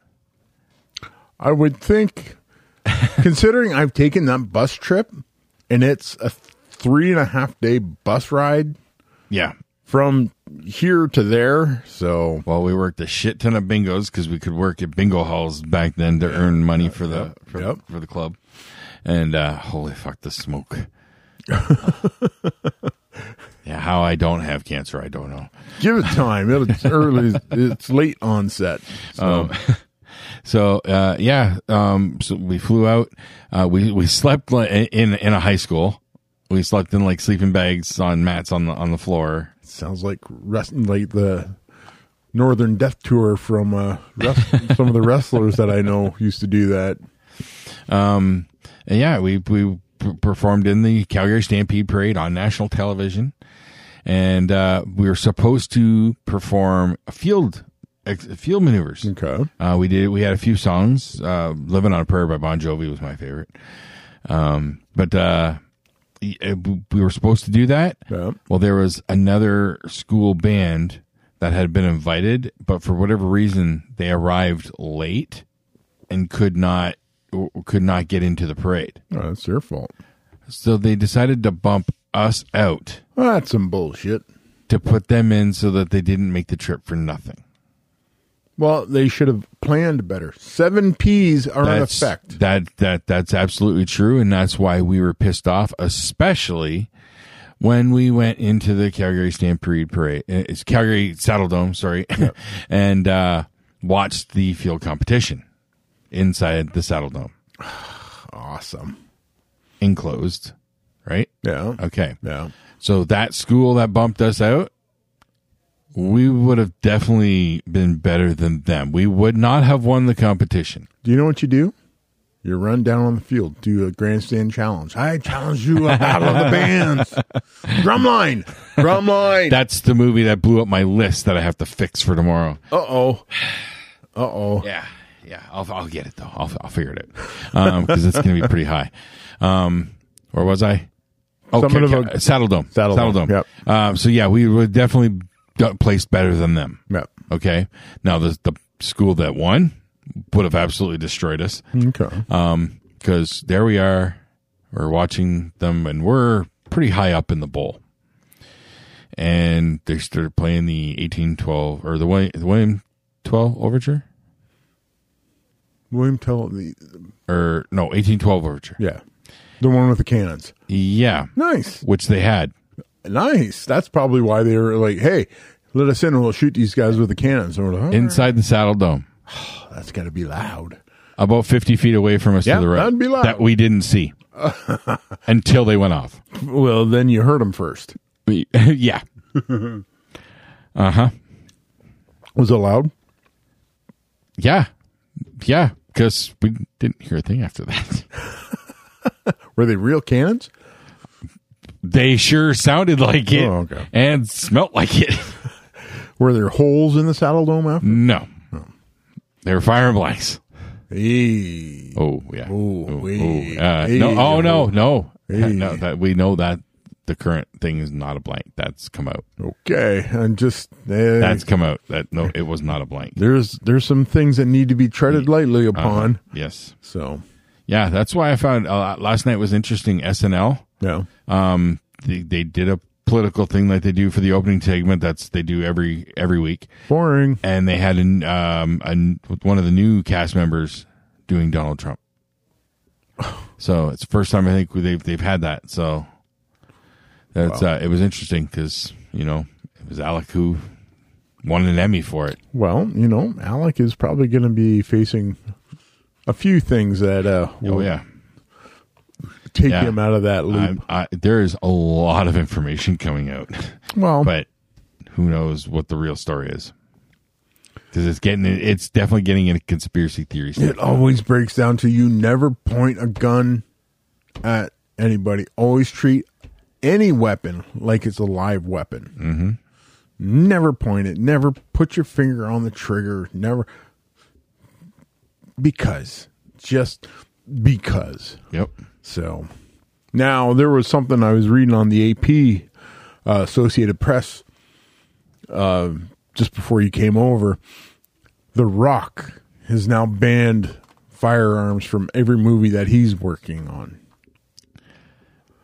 G: I would think, considering I've taken that bus trip and it's a three and a half day bus ride
H: Yeah,
G: from here to there, so
H: Well, we worked a shit ton of bingos because we could work at bingo halls back then to earn money for the for,
G: yep.
H: for the club. And uh, holy fuck, the smoke! yeah, how I don't have cancer, I don't know.
G: give it time. It's early, it's late onset. So
H: So uh, yeah, um, so we flew out. Uh, we we slept li- in in a high school. We slept in like sleeping bags on mats on the on the floor.
G: sounds like rest, like the Northern Death Tour from uh, rest, some of the wrestlers that I know used to do that.
H: Um, and yeah, we we p- performed in the Calgary Stampede Parade on national television, and uh, we were supposed to perform a field ex- field maneuvers.
G: Okay,
H: Uh, we did. We had a few songs. Uh, "Living on a Prayer" by Bon Jovi was my favorite. Um, but uh, y- uh, w- we were supposed to do that.
G: Yeah.
H: Well, there was another school band that had been invited, but for whatever reason, they arrived late and could not w- could not get into the parade.
G: oh, that's their fault.
H: So they decided to bump us out
G: Well, that's some bullshit.
H: to put them in, so that they didn't make the trip for nothing.
G: Well, they should have planned better. Seven P's are in
H: that's,
G: effect.
H: That that that's absolutely true, and that's why we were pissed off, especially when we went into the Calgary Stampede Parade. eh, It's Calgary Saddle Dome, sorry, and uh, watched the field competition inside the Saddle Dome,
G: Awesome.
H: enclosed, right?
G: Yeah.
H: Okay,
G: Yeah.
H: so that school that bumped us out. We would have definitely been better than them. We would not have won the competition.
G: Do you know what you do? You run down on the field, do a grandstand challenge. I challenge you a battle of the bands. Drumline, drumline.
H: That's the movie that blew up my list that I have to fix for tomorrow.
G: Uh oh, uh oh.
H: Yeah, yeah. I'll I'll get it though. I'll I'll figure it out because it's going to be pretty high. Um, where was I? Oh,
G: Something
H: Ca-
G: about-
H: Ca- Saddle Dome.
G: Saddle Dome, yep.
H: Um, so yeah, we were definitely d- placed better than them.
G: Yep.
H: Okay. Now the the school that won would have absolutely destroyed us
G: Okay.
H: Uh, because there we are. We're watching them, and we're pretty high up in the bowl. And they started playing the eighteen twelve or the William, the William twelve overture,
G: William Tell the
H: or no eighteen twelve overture.
G: yeah, the one with the cannons.
H: Yeah,
G: Nice,
H: which they had.
G: nice. That's probably why they were like, "Hey, let us in, and we'll shoot these guys with the cannons." And we're like, oh,
H: inside the Saddle Dome,
G: "That's got to be loud."
H: about 50 feet away from us
G: Yeah,
H: to the right.
G: that'd be loud.
H: That we didn't see until they went off.
G: Well, then you heard them first.
H: yeah. uh huh.
G: Was it loud?
H: Yeah. Yeah. Because we didn't hear a thing after that.
G: Were they real cannons?
H: They sure sounded like it
G: Oh, okay.
H: and smelt like it.
G: Were there holes in the saddle dome after?
H: no. They were firing blanks.
G: Hey.
H: Oh, yeah.
G: Ooh,
H: oh,
G: wee.
H: oh, uh,
G: Hey,
H: no, oh, no, no.
G: Hey.
H: No, that we know that the current thing is not a blank. That's come out.
G: Okay, and just eh,
H: That's come out. That no, it was not a blank.
G: there's there's some things that need to be treaded lightly upon.
H: Uh-huh. Yes.
G: So
H: Yeah, that's why I found uh, last night was interesting. SNL.
G: yeah,
H: Um, they, they did a political thing like they do for the opening segment. That's they do every every week,
G: boring.
H: and they had an um an, one of the new cast members doing Donald Trump. So it's the first time I think they've they've had that. So that's uh, it was interesting because you know it was Alec who won an Emmy for it.
G: Well, you know, Alec is probably going to be facing a few things that uh, will
H: Oh yeah,
G: take
H: Yeah.
G: him out of that loop.
H: I, I, there is a lot of information coming out,
G: well,
H: but who knows what the real story is? Because it's getting it's definitely getting into conspiracy theories.
G: it always breaks down to you never point a gun at anybody. Always treat any weapon like it's a live weapon. Mm-hmm. Never point it. Never put your finger on the trigger. Never. Because. Just because.
H: Yep.
G: So now there was something I was reading on the AP uh, Associated Press uh, just before you came over. The Rock has now banned firearms from every movie that he's working on.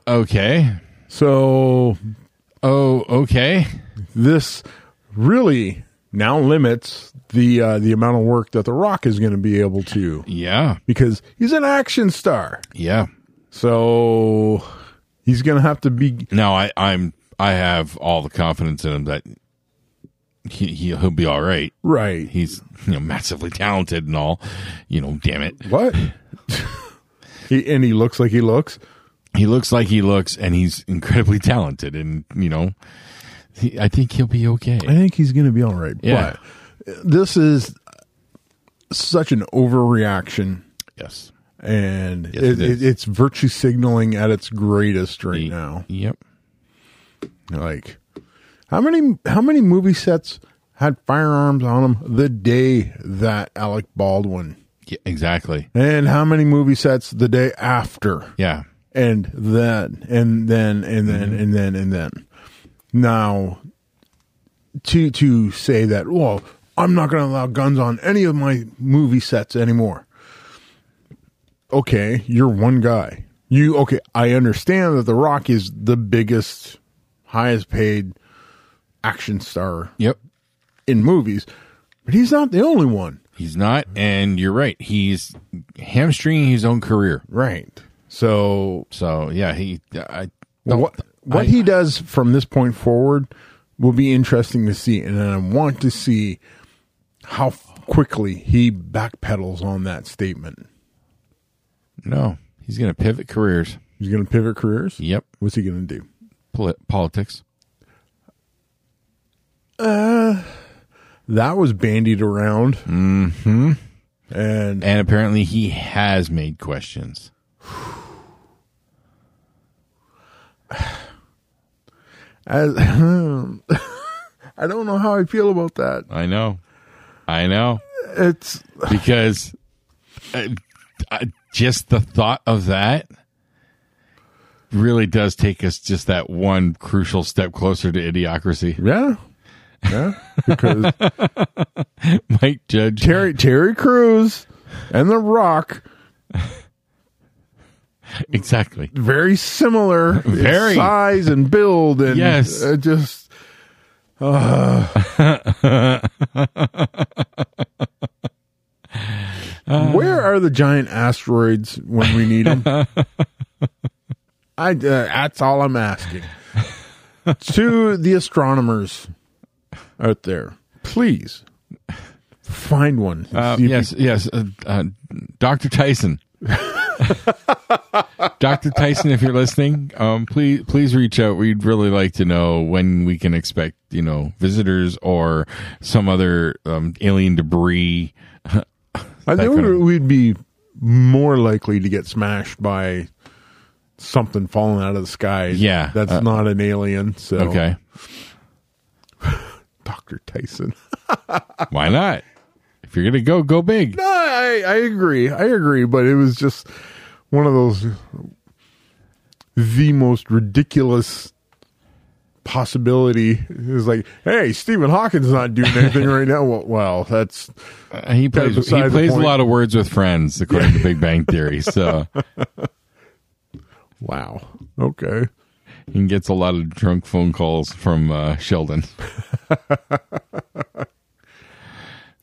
H: Okay.
G: So
H: Oh, okay.
G: this really now limits the uh, the amount of work that The Rock is going to be able to
H: Yeah.
G: because he's an action star.
H: Yeah.
G: So he's going to have to be
H: No, I, I'm. I have all the confidence in him that he, he he'll be all right.
G: right.
H: He's you know massively talented and all. You know, damn it.
G: What? he, and he looks like he looks.
H: He looks like he looks, and he's incredibly talented. And you know, he, I think he'll be okay.
G: I think he's going to be all right.
H: Yeah.
G: But this is such an overreaction,
H: Yes.
G: and
H: Yes,
G: it,
H: it is.
G: it, it's virtue signaling at its greatest right
H: He-
G: now.
H: Yep.
G: Like, how many how many movie sets had firearms on them the day that Alec Baldwin,
H: Yeah, exactly.
G: and how many movie sets the day after?
H: Yeah.
G: and then and then and then and then and then now to to say that well i'm not going to allow guns on any of my movie sets anymore okay you're one guy you okay i understand that the rock is the biggest highest paid action star
H: Yep.
G: in movies but he's not the only one
H: He's not, and you're right. He's hamstringing his own career.
G: right so
H: So yeah, he. I
G: Well, what what
H: I-
G: he does from this point forward will be interesting to see, and I want to see how quickly he backpedals on that statement.
H: no. He's gonna pivot careers.
G: He's going to pivot careers.
H: Yep.
G: What's he going to do?
H: Poli- politics.
G: That was bandied around. Mm-hmm. And
H: And apparently he has made questions.
G: as I don't know how I feel about that.
H: I know. I know.
G: It's
H: Because uh, I, just the thought of that really does take us just that one crucial step closer to idiocracy.
G: yeah, yeah. Because
H: Mike Judge.
G: Terry Terry Crews and The Rock
H: Exactly.
G: very similar in
H: Very.
G: size and build and
H: Yes.
G: uh, just uh, where are the giant asteroids when we need them I, uh, that's all i'm asking to the astronomers out there please find one and
H: Uh,
G: see if
H: yes, yes. Uh, uh, Dr. Tyson. Dr. Tyson, if you're listening, um, please please reach out. We'd really like to know when we can expect, you know, visitors or some other um, alien debris.
G: I
H: that
G: think
H: kind of-
G: we'd be more likely to get smashed by something falling out of the sky.
H: Yeah,
G: that's
H: uh,
G: not an alien. So,
H: Okay,
G: Doctor Tyson.
H: why not? If you're gonna go, go big.
G: No, I, I agree. I agree. But it was just one of those the most ridiculous possibility is like, hey, Stephen Hawking's not doing anything right now. Well, well, that's
H: Uh, he plays he
G: beside the
H: plays a
G: point.
H: lot of words with friends, according to Big Bang Theory. So
G: wow. Okay.
H: he gets a lot of drunk phone calls from uh, Sheldon.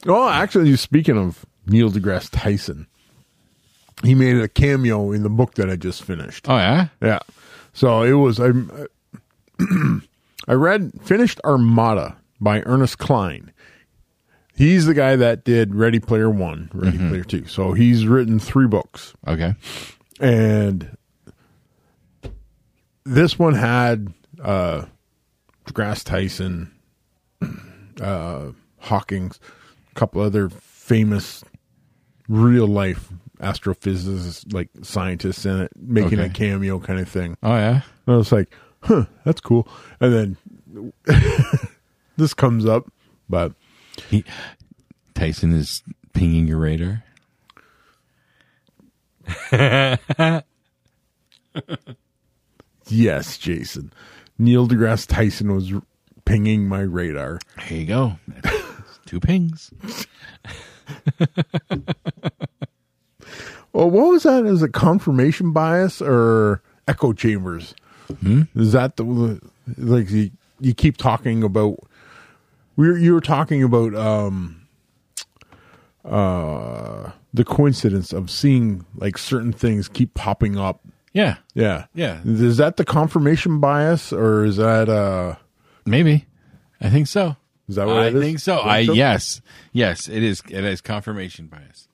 G: Well, actually, speaking of Neil deGrasse Tyson, he made a cameo in the book that I just finished.
H: Oh yeah,
G: Yeah, so it was I. I read finished Armada by Ernest Klein. He's the guy that did Ready Player One, Ready Player Two. So he's written three books.
H: Okay.
G: and this one had uh grass tyson uh hawkins a couple other famous real life astrophysicists like scientists in it making a
H: Okay.
G: cameo kind of thing
H: Oh yeah.
G: and i was like huh that's cool and then this comes up but
H: He, Tyson is pinging your radar.
G: yes jason neil degrasse tyson was pinging my radar
H: There you go. That's two pings.
G: Well, what was that? Is it confirmation bias or echo chambers?
H: Hmm?
G: Is that the like you, you keep talking about? We were, you were talking about um, uh, the coincidence of seeing like certain things keep popping up.
H: Yeah.
G: Yeah,
H: Yeah.
G: Is that the confirmation bias, or is that uh,
H: Maybe. I think so.
G: is that what
H: I
G: it is?
H: think so.
G: Think
H: I
G: so?
H: yes, yes. It is. It is confirmation bias.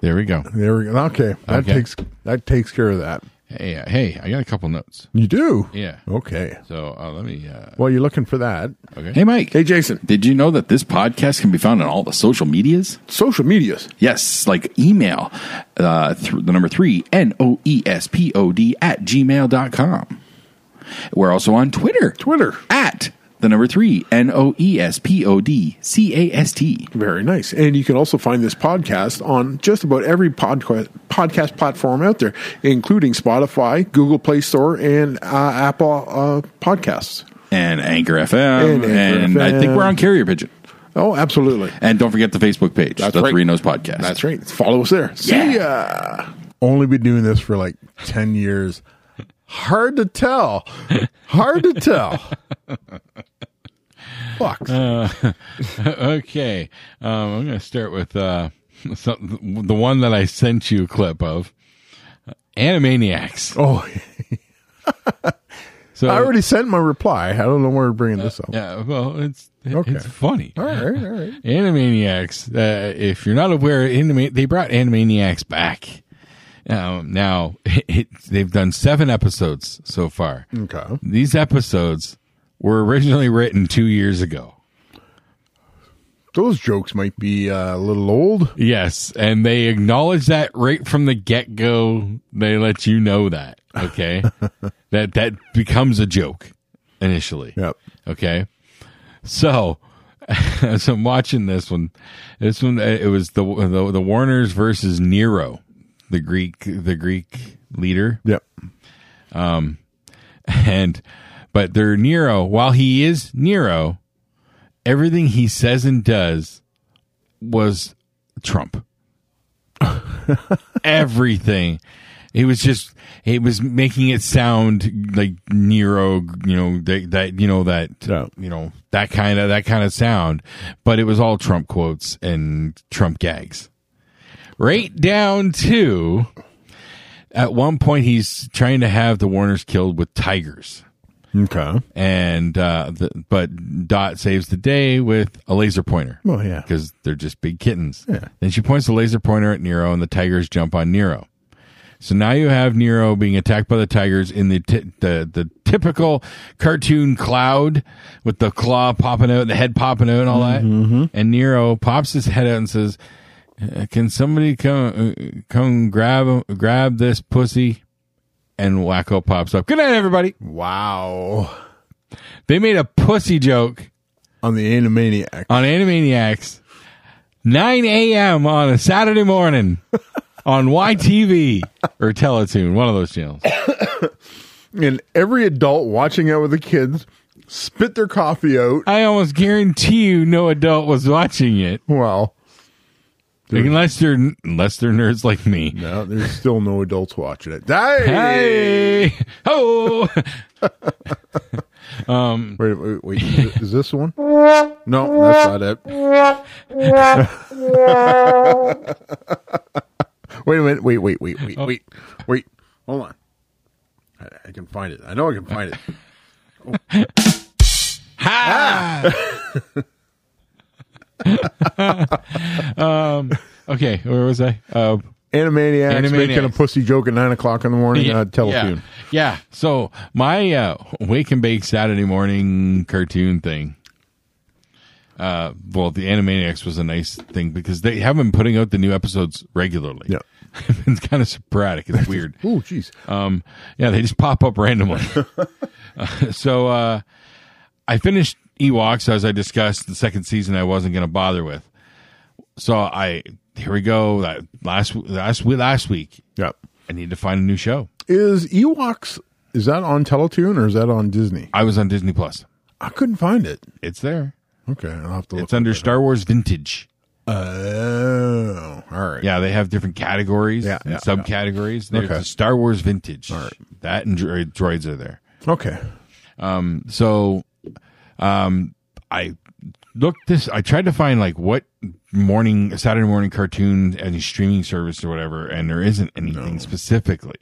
H: There we go.
G: There we go. Okay, that
H: Okay.
G: takes that takes care of that.
H: Hey, uh, hey. I got a couple notes.
G: You do.
H: Yeah.
G: Okay.
H: So uh, let me. Uh,
G: Well, you're looking for that.
H: okay.
A: Hey, Mike.
G: Hey, Jason.
A: Did you know that this podcast can be found on all the social medias?
G: Social medias.
A: Yes, like email, uh, th- the number three, N O E S P O D at gmail.com. We're also on Twitter.
G: Twitter.
A: At the number three, N O E S P O D C A S T.
G: Very nice. And you can also find this podcast on just about every podca- podcast platform out there, including Spotify, Google Play Store, and uh, Apple uh, Podcasts.
A: And Anchor FM.
G: And Anchor
A: And I think
G: FM.
A: we're on Carrier Pigeon.
G: Oh, absolutely.
A: And don't forget the Facebook page,
G: That's
A: the
G: right.
A: Three Nose Podcast.
G: That's right. Follow us there.
A: Yeah.
G: See ya. Only been doing this for like 10 years. Hard to tell. Hard to tell. Fuck.
H: okay. Um, I'm going to start with uh, some, the one that I sent you a clip of Animaniacs.
G: oh,
H: So
G: I already sent my reply. I don't know why we're bringing this up.
H: Yeah. Well, it's it-
G: Okay.
H: it's funny.
G: All right. All right.
H: Animaniacs. Uh, if you're not aware, anime they brought Animaniacs back. Um, now it, they've done seven episodes so far.
G: Okay.
H: These episodes were originally written two years ago.
G: Those jokes might be uh, a little old.
H: Yes, and they acknowledge that right from the get go. They let you know that, okay? that that becomes a joke initially.
G: Yep.
H: Okay. So, as I'm watching this one, this one uh, it was the the, the Warners versus Nero, the Greek the Greek leader,
G: Yep.
H: and but they're Nero. While he is Nero, everything he says and does was Trump. everything. It was just it was making it sound like Nero, you know that, that you know that
G: Yeah.
H: you know that kind of that kind of sound, but it was all Trump quotes and Trump gags, right down to. At one point, he's trying to have the Warners killed with tigers
G: Okay.
H: and uh, the, but Dot saves the day with a laser pointer.
G: Well, yeah.
H: because they're just big kittens.
G: Yeah.
H: Then she points the laser pointer at Nero, and the tigers jump on Nero. So now you have Nero being attacked by the tigers in the ti the the typical cartoon cloud with the claw popping out, the head popping out, and all
G: Mm-hmm,
H: that. And Nero pops his head out and says, "Uh, "Can somebody come uh, come grab grab this pussy?" And Wacko pops up. Good night, everybody.
G: Wow.
H: They made a pussy joke
G: On the Animaniac.
H: on Animaniacs, 9 a.m. on a Saturday morning on YTV or Teletoon, one of those channels.
G: And every adult watching out with the kids spit their coffee out.
H: I almost guarantee you no adult was watching it
G: Well,
H: unless they're unless they're nerds like me.
G: no, there's still no adults watching it. Hey!
H: Hey, oh,
G: Wait, wait, wait. Is is this one? No, that's not it. wait a minute. Wait, wait, wait, wait, wait, wait. Hold on. I, I can find it. I know I can find it.
H: ha! Okay, where was I? Uh,
G: Animaniacs, making a
H: Animaniacs.
G: pussy joke at nine o'clock in the morning. uh, telephone.
H: Yeah. yeah. So my uh, wake and bake Saturday morning cartoon thing. Uh, well, the Animaniacs was a nice thing because they have been putting out the new episodes regularly.
G: Yeah.
H: it's kind of sporadic. It's weird.
G: Oh, jeez.
H: Um, yeah, they just pop up randomly. Uh, so uh, I finished Ewoks as I discussed the second season. I wasn't going to bother with. So I here we go. That last last last week,
G: Yeah.
H: I need to find a new show.
G: Is Ewoks? Is that on Teletoon or is that on Disney?
H: I was on Disney Plus.
G: I couldn't find it.
H: It's there.
G: Okay, I'll have to look.
H: It's under Star Wars Vintage.
G: oh, all right.
H: Yeah, they have different categories
G: Yeah,
H: and
G: yeah,
H: subcategories. There's
G: Okay.
H: the Star Wars Vintage. That and dro- droids are there.
G: Okay.
H: So um I looked this I tried to find like what morning Saturday morning cartoon any streaming service or whatever and there isn't anything specifically.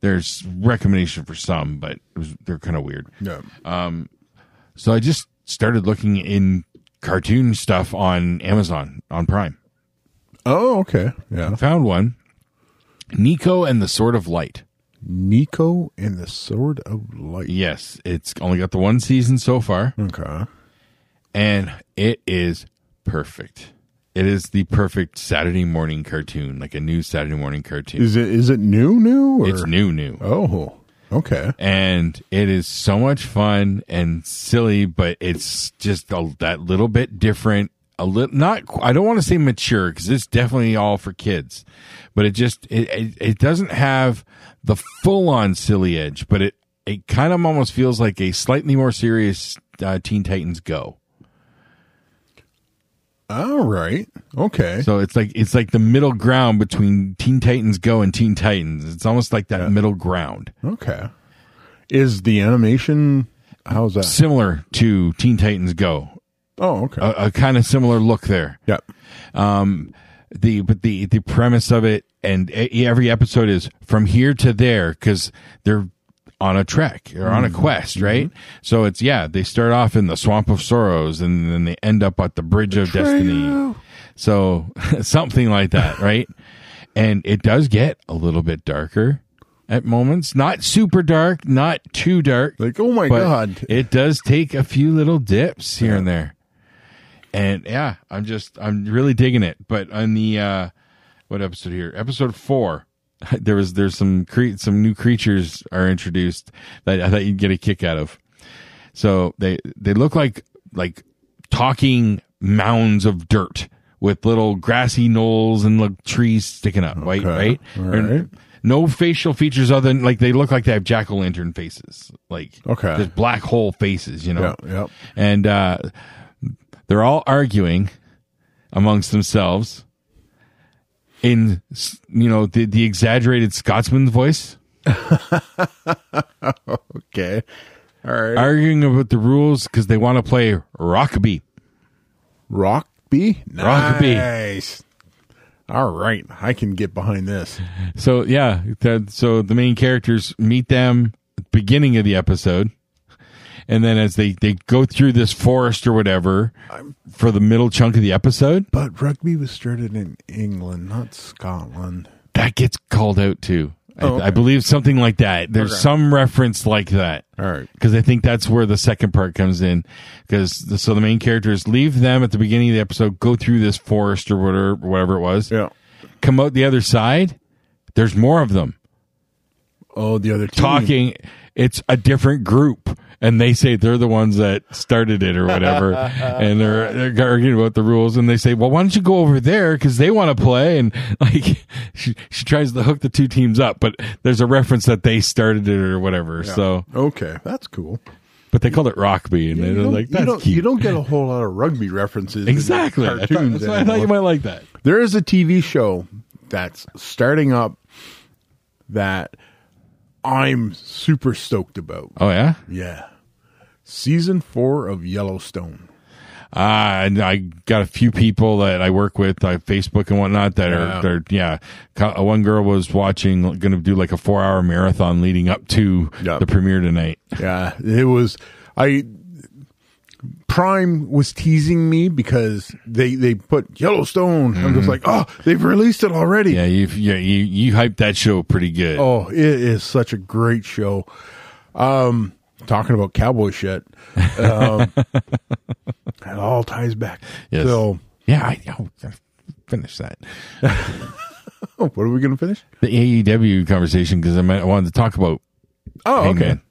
H: There's recommendation for some, but it was, they're kind of weird.
G: Yeah.
H: So I just started looking in cartoon stuff on Amazon on Prime.
G: oh, okay. Yeah.
H: found one. Nico and the Sword of Light.
G: Nico and the Sword of Light.
H: Yes, it's only got the one season so far,
G: Okay.
H: and it is perfect. It is the perfect Saturday morning cartoon, like a new Saturday morning cartoon.
G: Is it is it new new? Or?
H: it's new, new,
G: Oh, okay.
H: and it is so much fun and silly, but it's just a, that little bit different. A little, not. qu- I don't want to say mature because it's definitely all for kids, but it just it it, it doesn't have the full on silly edge, but it it kind of almost feels like a slightly more serious uh, Teen Titans Go.
G: All right. Okay.
H: So it's like it's like the middle ground between Teen Titans Go and Teen Titans. It's almost like that middle ground,
G: okay. Is the animation how's that?
H: similar to Teen Titans Go,
G: Oh, okay.
H: a, a kind of similar look there.
G: yeah.
H: Um, the but the the premise of it and e- every episode is from here to there because they're on a trek or on a quest right so it's yeah they start off in the swamp of sorrows and then they end up at the bridge of destiny so something like that right and it does get a little bit darker at moments not super dark not too dark
G: Like, oh my
H: but
G: god.
H: it does take a few little dips here and there. And yeah, I'm just I'm really digging it. But on the uh what episode here? Episode 4. There was there's some cre- some new creatures are introduced that I thought you'd get a kick out of. So they they look like like talking mounds of dirt with little grassy knolls and little trees sticking up, right? Right?
G: All
H: And
G: right.
H: No facial features other than like they look like they have jack o' lantern faces, like
G: Okay.
H: just black hole faces, you know.
G: Yeah, yeah.
H: And uh, they're all arguing amongst themselves in s- you know the the exaggerated Scotsman's voice.
G: okay. All right.
H: arguing about the rules because they want to play rockaby.
G: Rock B?
H: Rock B.
G: Nice. All right. I can get behind this.
H: So yeah, that, so the main characters meet them at the beginning of the episode, and then as they they go through this forest or whatever for the middle chunk of the episode,
G: But rugby was started in England, not Scotland.
H: that gets called out too. I,
G: Oh, okay.
H: I believe something like that. There's some reference like that.
G: All right.
H: because I think that's where the second part comes in. Because so the main characters leave them at the beginning of the episode, go through this forest or whatever, whatever it was,
G: Yeah.
H: come out the other side. There's more of them
G: Oh, the other team.
H: talking. It's a different group, and they say they're the ones that started it or whatever, and they're, they're arguing about the rules. And they say, "Well, why don't you go over there because they want to play?" And like she she tries to hook the two teams up, but there's a reference that they started it or whatever. So,
G: Okay, that's cool.
H: but they called it Rockby, and
G: You
H: they're
G: don't,
H: like,
G: you
H: "That's
G: don't-
H: cute."
G: you don't get a whole lot of rugby references. in
H: Exactly. I thought,
G: cartoons
H: that's why I thought you
G: anymore.
H: might like that.
G: There is a TV show that's starting up that I'm super stoked about.
H: Oh yeah.
G: Yeah. Season four of Yellowstone.
H: Uh, and I got a few people that I work with on Facebook and whatnot that
G: Yeah.
H: are, they're, yeah. Co- uh, One girl was watching, going to do like a four hour marathon leading up to
G: Yeah.
H: the premiere tonight.
G: Yeah. It was, I, Prime was teasing me because they they put Yellowstone. I'm just like, oh, they've released it already.
H: Mm-hmm. Yeah, you yeah, you you hyped that show pretty good.
G: Oh, it is such a great show. Um, talking about cowboy shit, um, it all ties back.
H: Yes.
G: So,
H: yeah, I, oh, I finished that.
G: oh, what are we going to finish?
H: The AEW conversation because I, might- I wanted to talk about.
G: Oh, okay.
H: Hangman.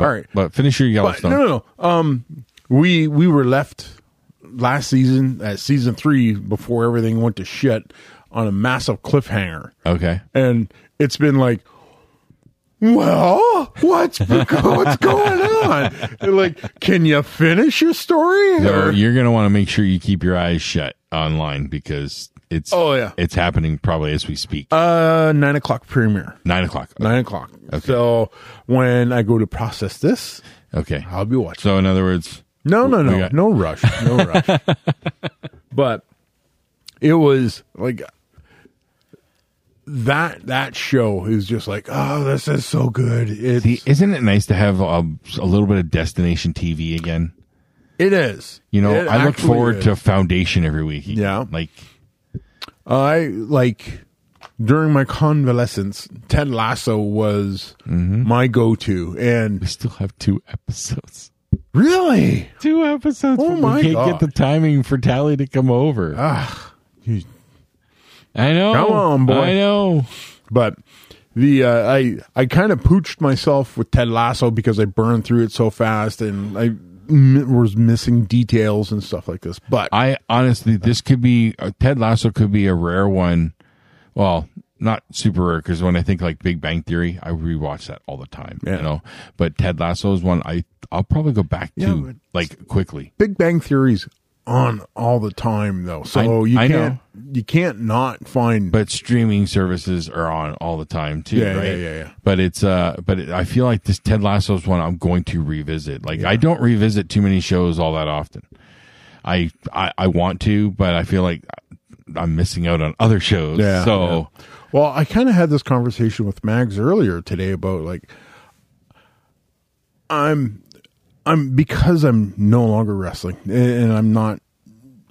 G: All right.
H: But finish your
G: But no,
H: Yellowstone.
G: no, no. Um, we we were left last season at season three before everything went to shit on a massive cliffhanger,
H: Okay.
G: and it's been like. Well, what's what's going on? Like, can you finish your story?
H: So
G: Or-
H: you're gonna want to make sure you keep your eyes shut online because it's
G: Oh, yeah.
H: it's happening probably as we speak.
G: Uh, nine o'clock premiere.
H: Nine o'clock.
G: Nine o'clock. So when I go to process this,
H: Okay.
G: I'll be watching.
H: So in other words,
G: No, no,
H: we
G: no,
H: got-
G: no rush, no rush. but it was like that. That show is just like, oh, this is so good. It's
H: the, isn't it nice to have a, a little bit of destination TV again?
G: it is.
H: You know,
G: It
H: I look
G: actually
H: forward
G: is.
H: to Foundation every week.
G: Yeah.
H: Like
G: I like during my convalescence, Ted Lasso was
H: Mm-hmm.
G: my go-to,
H: we
G: and
H: still have two episodes.
G: really,
H: Two episodes.
G: Oh,
H: but
G: my
H: we can't
G: God.
H: get the timing for Tally to come over.
G: you-
H: I know.
G: Come on, boy.
H: I know.
G: but the uh, I I kind of pooched myself with Ted Lasso because I burned through it so fast and I m- was missing details and stuff like this. But
H: I honestly, this could be uh, Ted Lasso could be a rare one. Well, not super rare because when I think like Big Bang Theory, I rewatch that all the time.
G: Yeah.
H: You know, but Ted Lasso is one I I'll probably go back
G: Yeah,
H: to
G: but-
H: like quickly.
G: Big Bang Theory's on all the time though, so
H: I-
G: you
H: I
G: can't you can't not find.
H: But streaming services are on all the time too,
G: Yeah, yeah,
H: right?
G: yeah, yeah.
H: But it's uh, but it, I feel like this Ted Lasso is one I'm going to revisit. Like I don't revisit too many shows all that often. I I, I want to, but I feel like I'm missing out on other shows.
G: Yeah,
H: so.
G: well, I kind of had this conversation with Mags earlier today about like I'm I'm because I'm no longer wrestling and- and I'm not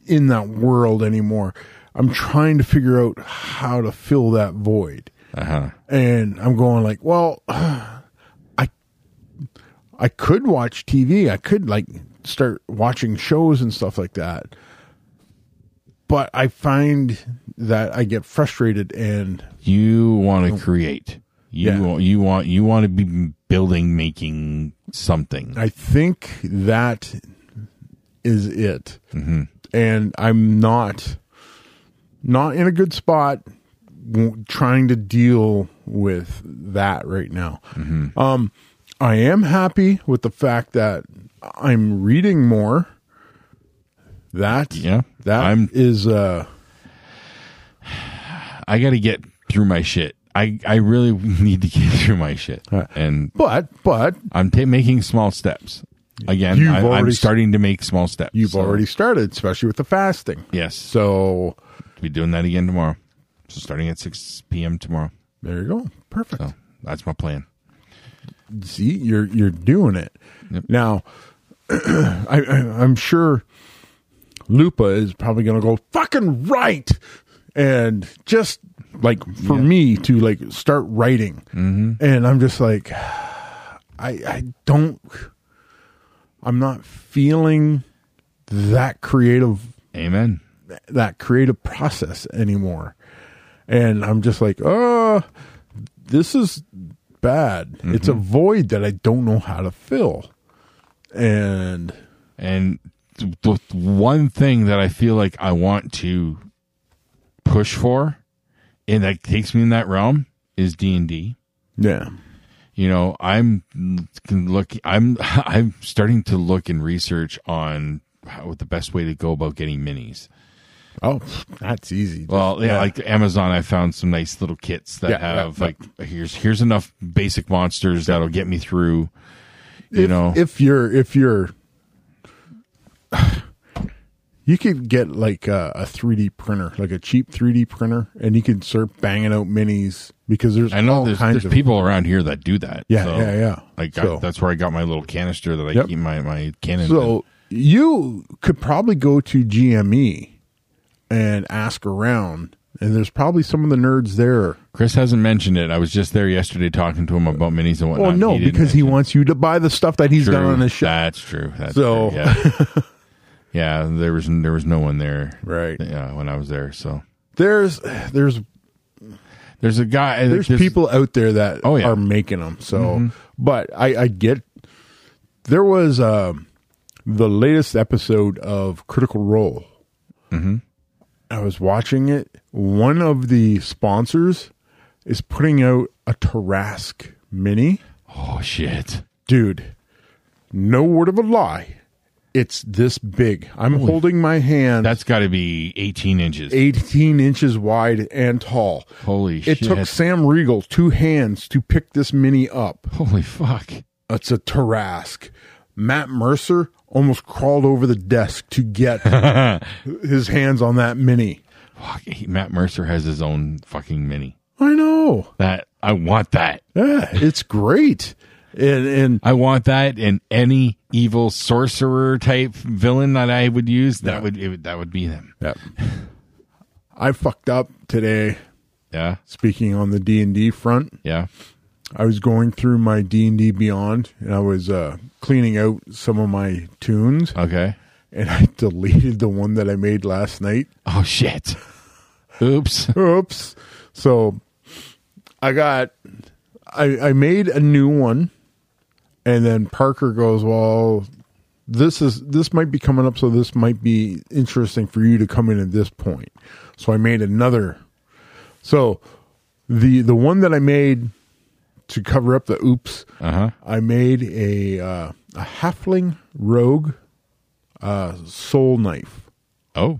G: in that world anymore. I'm trying to figure out how to fill that void. And I'm going like, well, I I could watch TV. I could like start watching shows and stuff like that. But I find that I get frustrated and
H: you want to create you
G: Oh. Yeah.
H: want, you want you want to be building making something
G: I think that is it.
H: Mm-hmm.
G: And I'm not not in a good spot w- trying to deal with that right now.
H: Mm-hmm.
G: Um, I am happy with the fact that I'm reading more. That
H: Yeah,
G: that
H: I'm-
G: is, uh
H: i got to get through my shit i i really need to get through my shit and
G: but but
H: i'm ta making small steps again
G: You've
H: I, i'm
G: already-
H: starting to make small steps
G: you've
H: so-
G: already started, especially with the fasting.
H: yes so
G: So
H: be doing that again tomorrow so starting at 6 p.m tomorrow
G: there you go. Perfect.
H: so that's my plan
G: see you're you're doing it now I, I i'm sure lupa is probably gonna go fucking right and just like for me to like start writing and i'm just like i i don't i'm not feeling that creative
H: amen
G: that creative process anymore. And I'm just like, oh, this is bad. It's
H: Mm-hmm.
G: a void that I don't know how to fill. And
H: And th- the one thing that I feel like I want to push for, and that takes me in that realm, is D and D.
G: yeah,
H: You know, I'm look, I'm I'm starting to look and research on how, the best way to go about getting minis.
G: oh, that's easy.
H: Well, yeah, like Amazon, I found some nice little kits that
G: Yeah, yeah,
H: have like here's here's enough basic monsters that'll get me through. You
G: if,
H: know,
G: if you're if you're you could get like a, a 3D printer, like a cheap 3D printer, and you can start banging out minis because there's
H: I know
G: all
H: there's,
G: kinds
H: there's
G: of
H: people around here that do that.
G: Yeah, yeah, yeah.
H: Like
G: So-
H: that's where I got my little canister that I
G: Yep.
H: keep my my cannon.
G: So you could probably go to GME and ask around, and there's probably some of the nerds there.
H: Chris hasn't mentioned it. I was just there yesterday talking to him about minis and
G: Well,
H: whatnot.
G: Oh, no,
H: didn't
G: because he
H: mention-
G: wants you to buy the stuff that he's
H: True.
G: done on his show.
H: That's true. That's
G: So-
H: true, yeah. yeah, there was there was no one there.
G: Right.
H: Yeah, when I was there. So
G: There's there's
H: there's a guy.
G: there's people out there that
H: Oh, yeah. Mm-hmm.
G: are making them. So, but I, I get there was um, the latest episode of Critical Role.
H: Mm-hmm.
G: I was watching it. One of the sponsors is putting out a Tarask Mini,
H: Oh shit!
G: dude. No word of a lie. It's this big. I'm holding my hand.
H: That's got to be 18 inches.
G: 18 inches wide and tall.
H: Holy
G: It took
H: shit.
G: Sam Regal two hands to pick this mini up.
H: Holy fuck!
G: It's a Tarask. Matt Mercer almost crawled over the desk to get his hands on that mini.
H: Fuck, he- Matt Mercer has his own fucking mini.
G: I know.
H: That I want that.
G: Yeah, it's great. And and
H: I want that and any evil sorcerer type villain that I would use. That would, it would that would be them.
G: I fucked up today
H: Yeah,
G: speaking on the D&D front.
H: yeah.
G: I was going through my D&D Beyond and I was uh cleaning out some of my tunes
H: Okay.
G: and I deleted the one that I made last night.
H: Oh shit! Oops.
G: Oops. So I got I I made a new one and then Parker goes, "Well, this is this might be coming up so this might be interesting for you to come in at this point." So I made another. So the the one that I made to cover up the oops,
H: Uh-huh.
G: I made a uh, a halfling rogue uh soul knife.
H: Oh,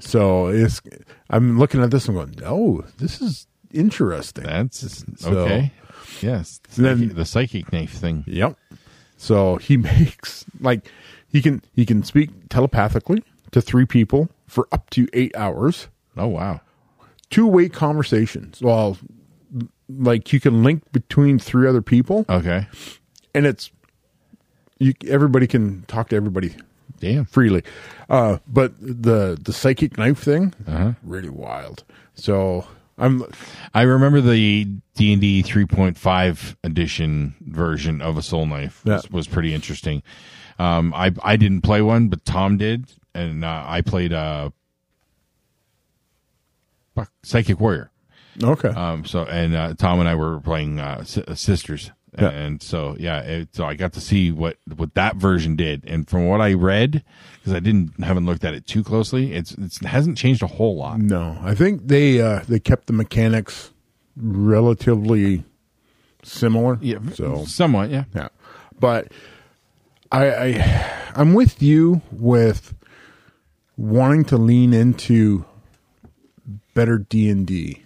G: So it's I'm looking at this and going, oh, this is interesting.
H: that's
G: So-
H: okay. Yes.
G: Then-
H: the psychic knife thing.
G: Yep. So he makes like he can he can speak telepathically to three people for up to eight hours.
H: Oh wow.
G: Two way conversations. Well like you can link between three other people
H: Okay.
G: and it's you everybody can talk to everybody
H: Damn.
G: freely. Uh, but the the psychic knife thing, really wild. So I'm
H: I remember the D and D three point five edition version of a soul knife was,
G: Yeah.
H: was pretty interesting. Um, I I didn't play one, but Tom did, and uh, I played uh, fuck, psychic warrior.
G: okay.
H: Um, so and uh, Tom and I were playing uh, S- uh, sisters,
G: Yeah.
H: and so yeah, it, so I got to see what what that version did, and from what I read, because I didn't haven't looked at it too closely, it's, it's it hasn't changed a whole lot.
G: No, I think they uh, they kept the mechanics relatively similar.
H: Yeah,
G: So
H: somewhat, yeah.
G: yeah, but I, I I'm with you with wanting to lean into better D and D.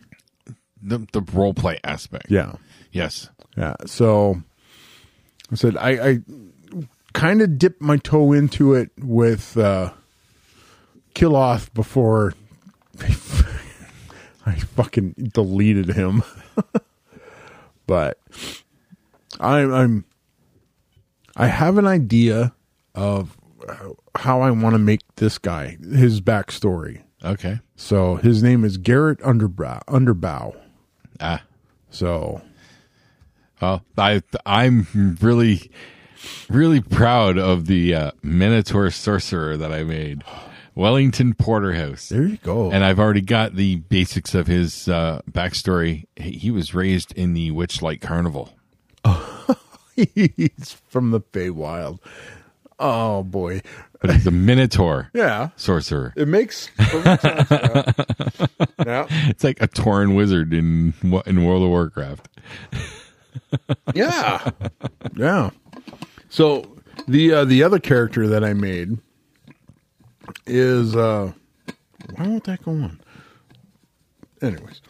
H: the the role play aspect.
G: Yeah,
H: Yes.
G: yeah. So I said I, I kind of dipped my toe into it with uh, Kill Off before. I fucking deleted him. but I'm, I'm I have an idea of how I want to make this guy his backstory.
H: Okay.
G: So his name is Garrett Underbrow. Underbow.
H: Ah.
G: So
H: Well, I I'm really really proud of the uh, Minotaur sorcerer that I made, Wellington Porterhouse.
G: there you go.
H: And I've already got the basics of his uh, backstory. He he was raised in the Witchlight Carnival.
G: He's from the Feywild. Oh boy.
H: But he's a Minotaur
G: Yeah.
H: sorcerer.
G: It makes perfect sense. Yeah. yeah.
H: It's like a Tauren wizard in Wo- in World of Warcraft.
G: Yeah. Yeah. So the uh, the other character that I made is uh why won't that go on? Anyways.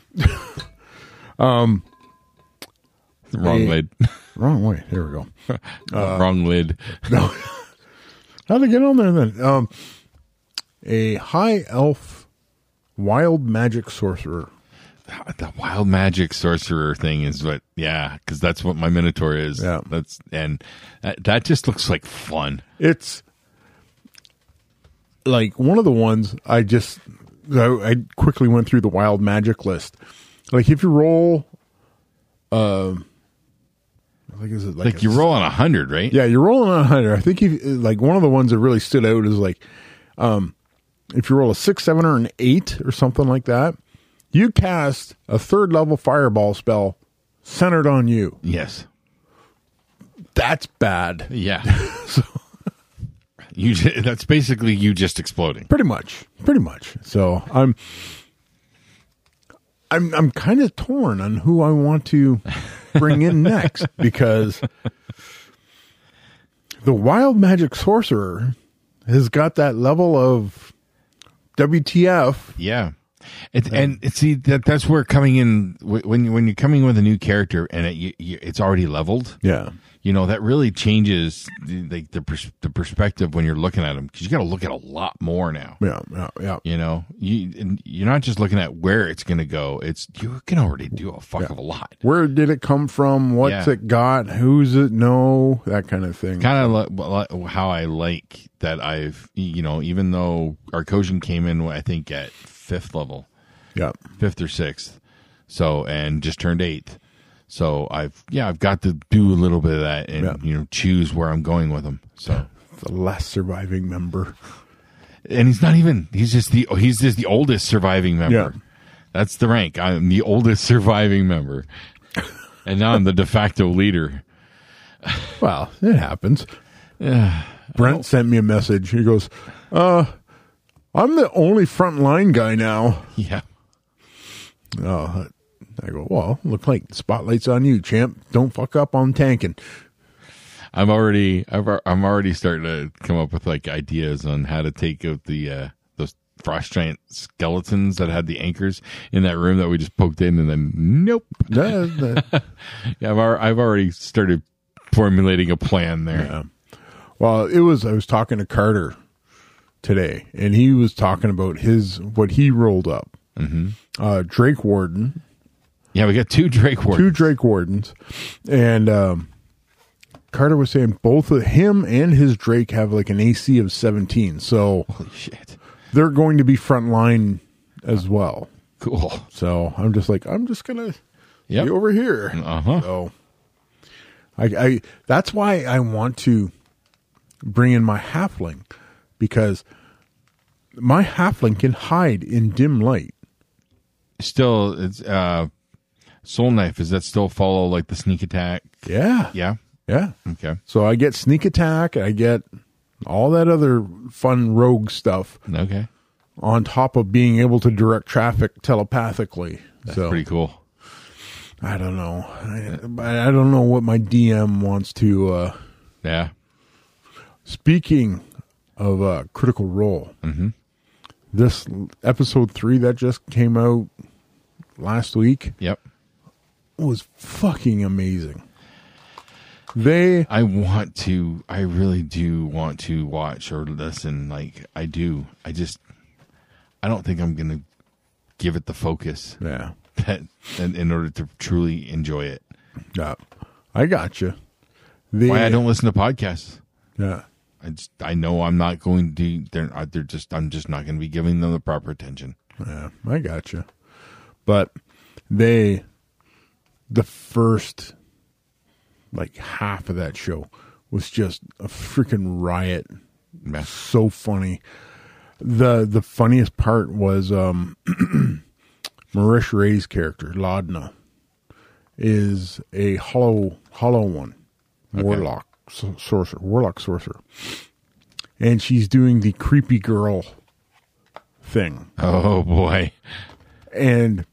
H: Wrong
G: Hey. Uh,
H: lid.
G: Wrong way. Here we go.
H: Wrong lid.
G: How'd I get on there then? Um a high elf wild magic sorcerer.
H: the wild magic sorcerer thing is what yeah because that's what my minotaur is
G: Yeah.
H: that's and that, that just looks like fun
G: It's like one of the ones I just I, I quickly went through the wild magic list. Like if you roll, um, I think is it like,
H: like you
G: a-
H: roll on a hundred right
G: Yeah, you're rolling on a hundred. I think you like one of the ones that really stood out is like, um, if you roll a six, seven, or an eight or something like that, you cast a third level fireball spell centered on you.
H: yes
G: That's bad.
H: yeah you ju- that's basically you just exploding
G: pretty much pretty much so i'm i'm i'm kind of torn on who i want to bring in next because the wild magic sorcerer has got that level of wtf
H: yeah it, and it, see that that's where coming in wh- when you- when you're coming with a new character and it, you, you, it's already leveled
G: yeah
H: you know that really changes the the, the, pers- the perspective when you're looking at them because you got to look at a lot more now
G: yeah yeah yeah
H: You know, you and you're not just looking at where it's going to go. It's you can already do a fuck of a lot.
G: where did it come from what's
H: Yeah.
G: it got who's it no that kind of thing
H: Kind of li- li- how I like that. I've you know, even though Arcosian came in, I think at fifth level,
G: yeah
H: fifth or sixth, so and just turned eighth. So I've yeah, I've got to do a little bit of that and
G: Yeah.
H: you know choose where I'm going with him. So
G: the last surviving member
H: and he's not even he's just the he's just the oldest surviving member.
G: Yeah.
H: That's the rank. I'm the oldest surviving member. And now I'm the de facto leader.
G: Well, it happens. Brent sent me a message. He goes, uh, I'm the only frontline guy now.
H: Yeah.
G: Uh, I go, well, look like the spotlight's on you, champ. Don't fuck up on tanking.
H: I'm already I've, al- I'm already starting to come up with like ideas on how to take out the uh those frost giant skeletons that had the anchors in that room that we just poked in and then nope.
G: That- that-
H: Yeah, I've al- I've already started formulating a plan there.
G: well, it was, I was talking to Carter today, and he was talking about his, what he rolled up. Mm-hmm. Uh, Drake Warden,
H: Yeah, we got two Drake Ward.
G: two Drake Wardens, and um, Carter was saying both of him and his Drake have like an AC of 17, so
H: Holy shit.
G: they're going to be frontline as well.
H: Cool.
G: So I'm just like, I'm just gonna
H: Yep.
G: be over here.
H: Uh-huh.
G: So I, I that's why I want to bring in my halfling because my halfling can hide in dim light.
H: still it's uh soul knife does that still follow like the sneak attack
G: Yeah,
H: yeah
G: yeah.
H: okay
G: So I get sneak attack. I get all that other fun rogue stuff
H: okay
G: on top of being able to direct traffic telepathically. so
H: pretty cool
G: I don't know. I, I don't know what my DM wants to. Uh,
H: yeah
G: speaking of uh, Critical Role,
H: Mm-hmm.
G: this l- episode three that just came out last week
H: yep
G: was fucking amazing. They
H: i want to i really do want to watch or listen like i do i just i don't think i'm gonna give it the focus
G: yeah
H: that in, in order to truly enjoy it
G: yeah. I got you. They,
H: why i don't listen to podcasts
G: yeah.
H: I, just, I know I'm not going to. They're they're just. I'm just not going to be giving them the proper attention.
G: Yeah, I gotcha. But they, the first like half of that show was just a freaking riot.
H: Yeah.
G: So funny. The the funniest part was um Marish Ray's character, Laudna, is a hollow hollow one. Warlock so- sorcerer. Warlock sorcerer. And she's doing the creepy girl thing
H: Oh boy.
G: and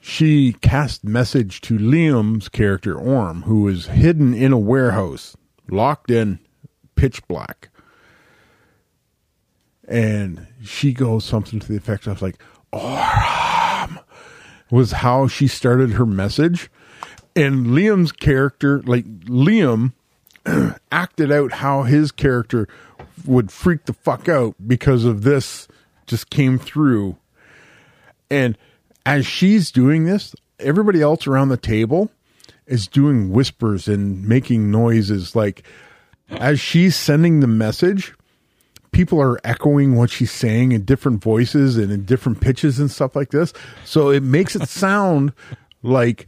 G: she cast message to Liam's character Orm, who is hidden in a warehouse, locked in, pitch black. And she goes something to the effect of like, "Orm," was how she started her message, and Liam's character, like Liam, acted out how his character would freak the fuck out because of this just came through and as she's doing this, everybody else around the table is doing whispers and making noises. Like as she's sending the message, people are echoing what she's saying in different voices and in different pitches and stuff like this. So it makes it sound like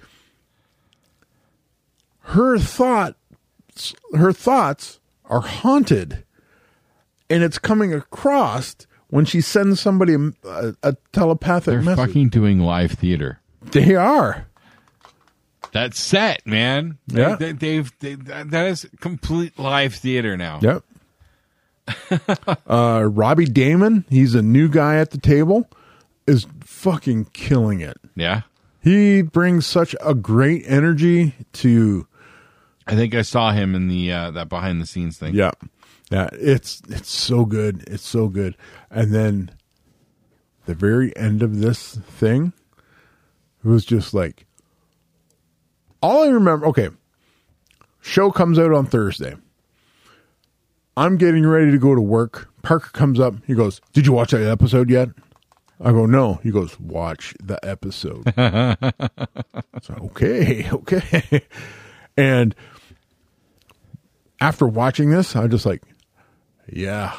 G: her thought her thoughts are haunted and it's coming across when she sends somebody a, a, a telepathic
H: They're
G: message.
H: fucking doing live theater.
G: they are.
H: That's set, man.
G: Yeah.
H: They, they, have they, that that is complete live theater now.
G: Yep. uh, Robbie Damon, he's a new guy at the table, is fucking killing it.
H: Yeah.
G: He brings such a great energy to
H: I think I saw him in the uh, that behind the scenes thing.
G: yeah, yeah. It's it's so good. It's so good. And then the very end of this thing it was just like all I remember. Okay, show comes out on Thursday. I'm getting ready to go to work. Parker comes up. He goes, "Did you watch that episode yet?" I go, "No." He goes, "Watch the episode." so, okay, okay. And after watching this, I just like, yeah,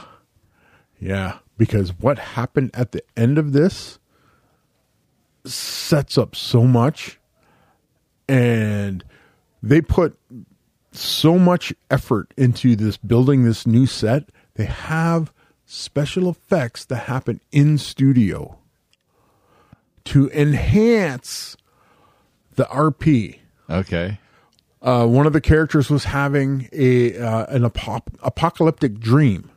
G: yeah, because what happened at the end of this sets up so much, and they put so much effort into this building this new set. They have special effects that happen in studio to enhance the RP
H: Okay.
G: uh, one of the characters was having a uh, an apop- apocalyptic dream.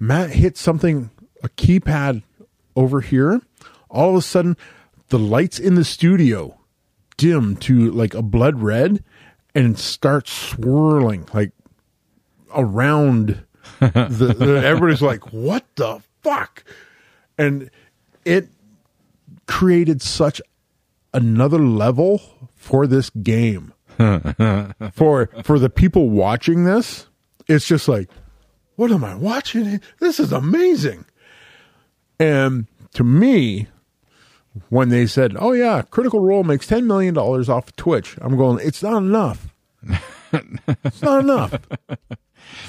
G: Matt hit something a keypad over here. All of a sudden, the lights in the studio dim to like a blood red and start swirling like around. the, the- everybody's like, "What the fuck?" And it created such another level for this game. for for the people watching this, it's just like, what am I watching? This is amazing. And to me, when they said, "Oh yeah, Critical Role makes ten million dollars off of Twitch," I'm going, "It's not enough. it's not enough."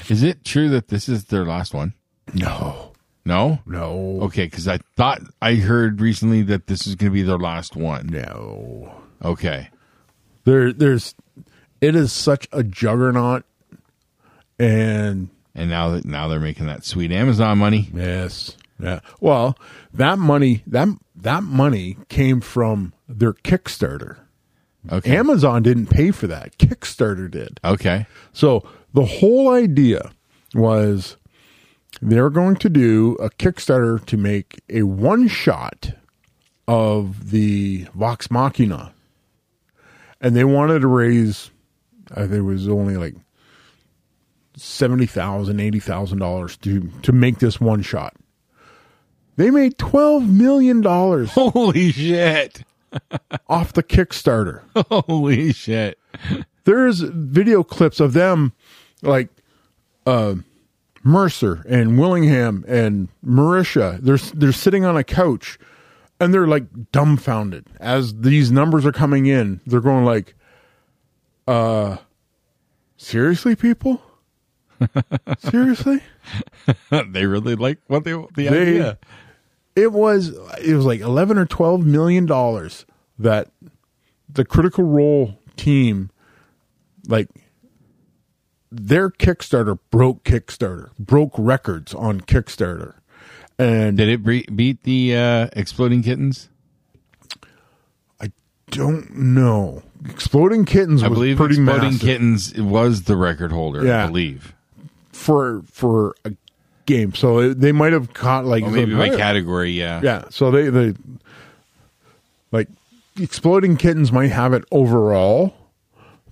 H: Is it true that this is their last one?
G: No,
H: No.
G: no,
H: Okay, because I thought I heard recently that this is going to be their last one.
G: no.
H: Okay.
G: There, there's. It is such a juggernaut, and
H: And now that now they're making that sweet Amazon money.
G: Yes. Yeah. Well, that money that that money came from their Kickstarter.
H: Okay.
G: Amazon didn't pay for that. Kickstarter did.
H: okay.
G: So the whole idea was they're going to do a Kickstarter to make a one shot of the Vox Machina. And they wanted to raise, I think it was only like $70,000, $80,000 to, to make this one shot. They made $12 million
H: Holy shit.
G: off the Kickstarter.
H: Holy shit.
G: there's video clips of them like uh Mercer and Willingham and Marisha. They're they're sitting on a couch and they're like dumbfounded as these numbers are coming in. They're going like uh seriously people? seriously?
H: they really like what they the
G: They-
H: idea.
G: It was it was like 11 or 12 million dollars that the critical role team like their Kickstarter broke Kickstarter, broke records on Kickstarter. And
H: Did it bre- beat the uh, exploding kittens?
G: I don't know. Exploding Kittens
H: I
G: was
H: believe
G: pretty
H: exploding
G: massive
H: kittens was the record holder. I
G: Yeah.
H: believe.
G: for for a game. So it, they might have caught like
H: Or maybe by
G: like,
H: category. uh, Yeah.
G: Yeah. So they they like exploding kittens might have it overall,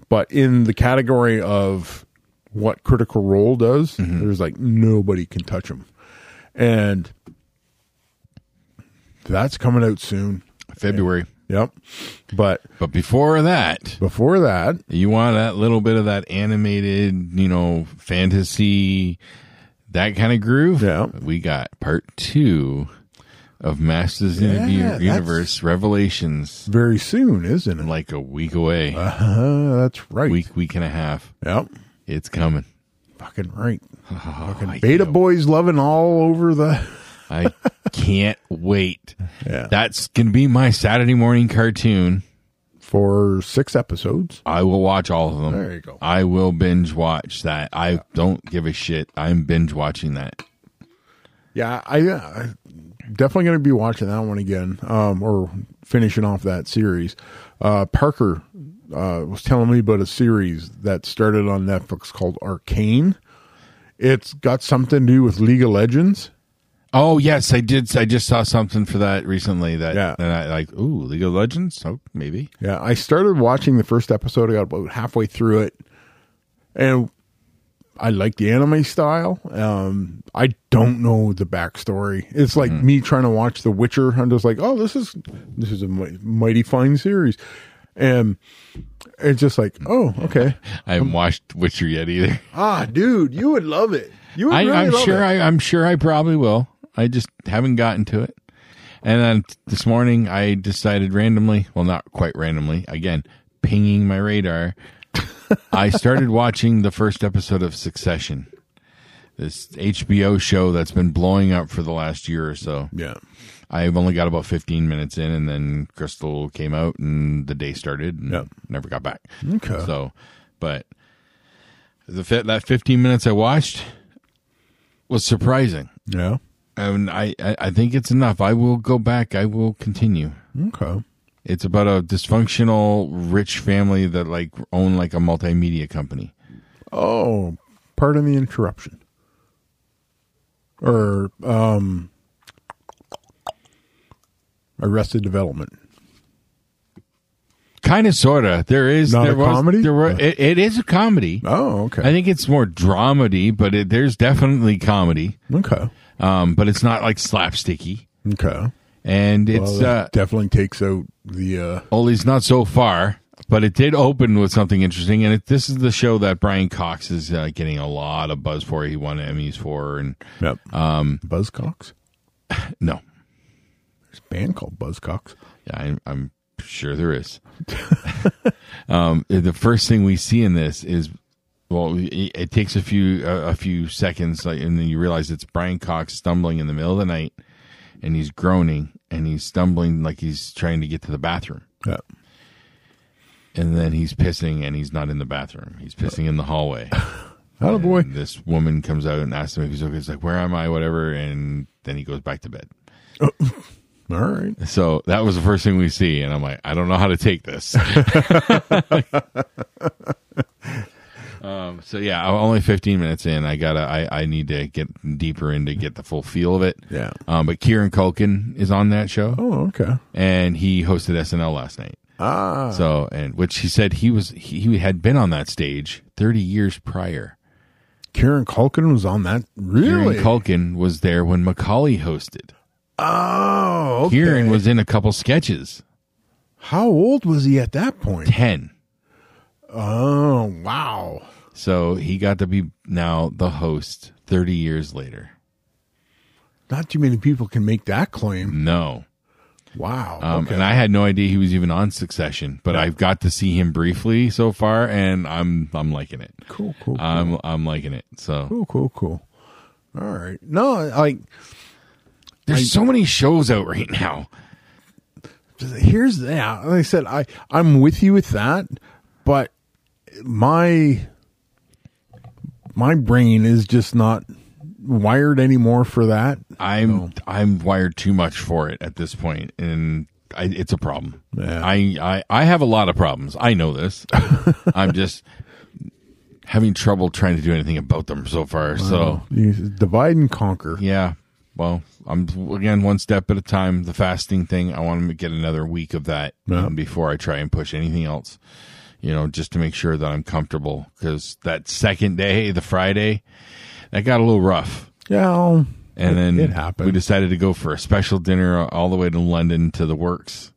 G: but in the category of what Critical Role does, there's like nobody can touch them, and that's coming out soon.
H: February.
G: Yep. But
H: But before that,
G: before that,
H: You want that little bit of that animated, you know, fantasy, that kind of groove?
G: Yeah.
H: We got part two of Masters in the
G: Yeah,
H: U-
G: that's-
H: Universe Revelations
G: Very soon, isn't it?
H: like a week away,
G: Uh, that's right.
H: week week and a half.
G: Yep.
H: It's coming. Oh,
G: Fucking right.
H: I
G: Beta
H: know.
G: boys loving all over the.
H: I can't wait.
G: Yeah.
H: That's gonna be my Saturday morning cartoon.
G: for six episodes.
H: I will watch all of them.
G: There you go.
H: I will binge watch that. I don't give a shit. I'm binge watching that.
G: Yeah, I, I definitely going to be watching that one again, um, or finishing off that series. Uh, Parker uh, was telling me about a series that started on Netflix called Arcane. It's got something to do with League of Legends.
H: Oh yes, I did. I just saw something for that recently. That
G: Yeah.
H: and I like. Ooh, League of Legends. Oh, maybe.
G: Yeah, I started watching the first episode. I got about halfway through it, and I like the anime style. Um, I don't know the backstory. It's like me trying to watch The Witcher. I'm just like, oh, this is this is a mi- mighty fine series, and it's just like, oh, okay,
H: I haven't watched Witcher yet either.
G: ah, dude, you would love it. You would
H: I,
G: really
H: I'm
G: love
H: sure.
G: it.
H: I, I'm sure. I probably will. I just haven't gotten to it. And then t- this morning, I decided randomly. Well, not quite randomly. Again, pinging my radar. I started watching the first episode of Succession, this HBO show that's been blowing up for the last year or so.
G: yeah,
H: I've only got about 15 minutes in, and then Crystal came out, and the day started, and
G: Yep.
H: never got back.
G: Okay.
H: So, but the fit that 15 minutes I watched was surprising,
G: yeah,
H: and I I, I think it's enough. I will go back. I will continue.
G: okay,
H: It's about a dysfunctional rich family that like own like a multimedia company.
G: oh, pardon the interruption. Or um Arrested Development.
H: Kind of, sorta. There is
G: Not
H: there
G: a
H: was,
G: comedy?
H: There were, it, it is a comedy.
G: Oh, okay.
H: I think it's more dramedy, but it, there's definitely comedy.
G: okay.
H: um, but it's not like slapsticky.
G: Okay.
H: And
G: Well,
H: it's
G: that
H: uh,
G: definitely takes out the uh
H: Ollie's not so far, but it did open with something interesting. And it, this is the show that Brian Cox is uh, getting a lot of buzz for. He won Emmys for, and
G: um Buzzcocks.
H: no,
G: There's a band called Buzzcocks.
H: yeah, I'm, I'm sure there is. um, the first thing we see in this is. Well, it, it takes a few uh, a few seconds, like, and then you realize it's Brian Cox stumbling in the middle of the night, and he's groaning and he's stumbling like he's trying to get to the bathroom.
G: Yeah.
H: and then he's pissing and he's not in the bathroom. He's pissing in the hallway.
G: Oh boy.
H: And this woman comes out and asks him if he's okay. He's like, "Where am I?" Whatever, and then he goes back to bed.
G: All right.
H: So that was the first thing we see, and I'm like, I don't know how to take this. um, so yeah, I'm only 15 minutes in. I gotta, I, I need to get deeper in to get the full feel of it.
G: Yeah.
H: Um, but Kieran Culkin is on that show,
G: Oh, okay.
H: and he hosted SNL last night.
G: Ah.
H: So, and which he said he was he, he had been on that stage 30 years prior.
G: Karen Culkin was on that. Really?
H: Kieran Culkin was there when Macaulay hosted.
G: oh, okay.
H: Kieran was in a couple sketches.
G: How old was he at that point?
H: 10.
G: Oh, wow.
H: So, he got to be now the host 30 years later.
G: Not too many people can make that claim.
H: No.
G: Wow.
H: Um, and I had no idea he was even on Succession, but I've got to see him briefly so far and I'm I'm liking it.
G: cool, cool. cool.
H: I'm I'm liking it. So,
G: Cool, cool, cool. All right. No, like
H: there's so many shows out right now.
G: here's that. Like I said, I I'm with you with that, but my my brain is just not wired anymore for that.
H: I'm I'm wired too much for it at this point, and I, it's a problem.
G: Yeah.
H: I, I I have a lot of problems. I know this. I'm just having trouble trying to do anything about them so far. So
G: You divide and conquer.
H: yeah, well, I'm again one step at a time. The fasting thing, I want to get another week of that
G: Yeah.
H: um, before I try and push anything else. You know, just to make sure that I'm comfortable because that second day, the Friday, that got a little rough.
G: Yeah. well,
H: And
G: it-
H: then
G: it happened.
H: we decided to go for a special dinner all the way to London to the works.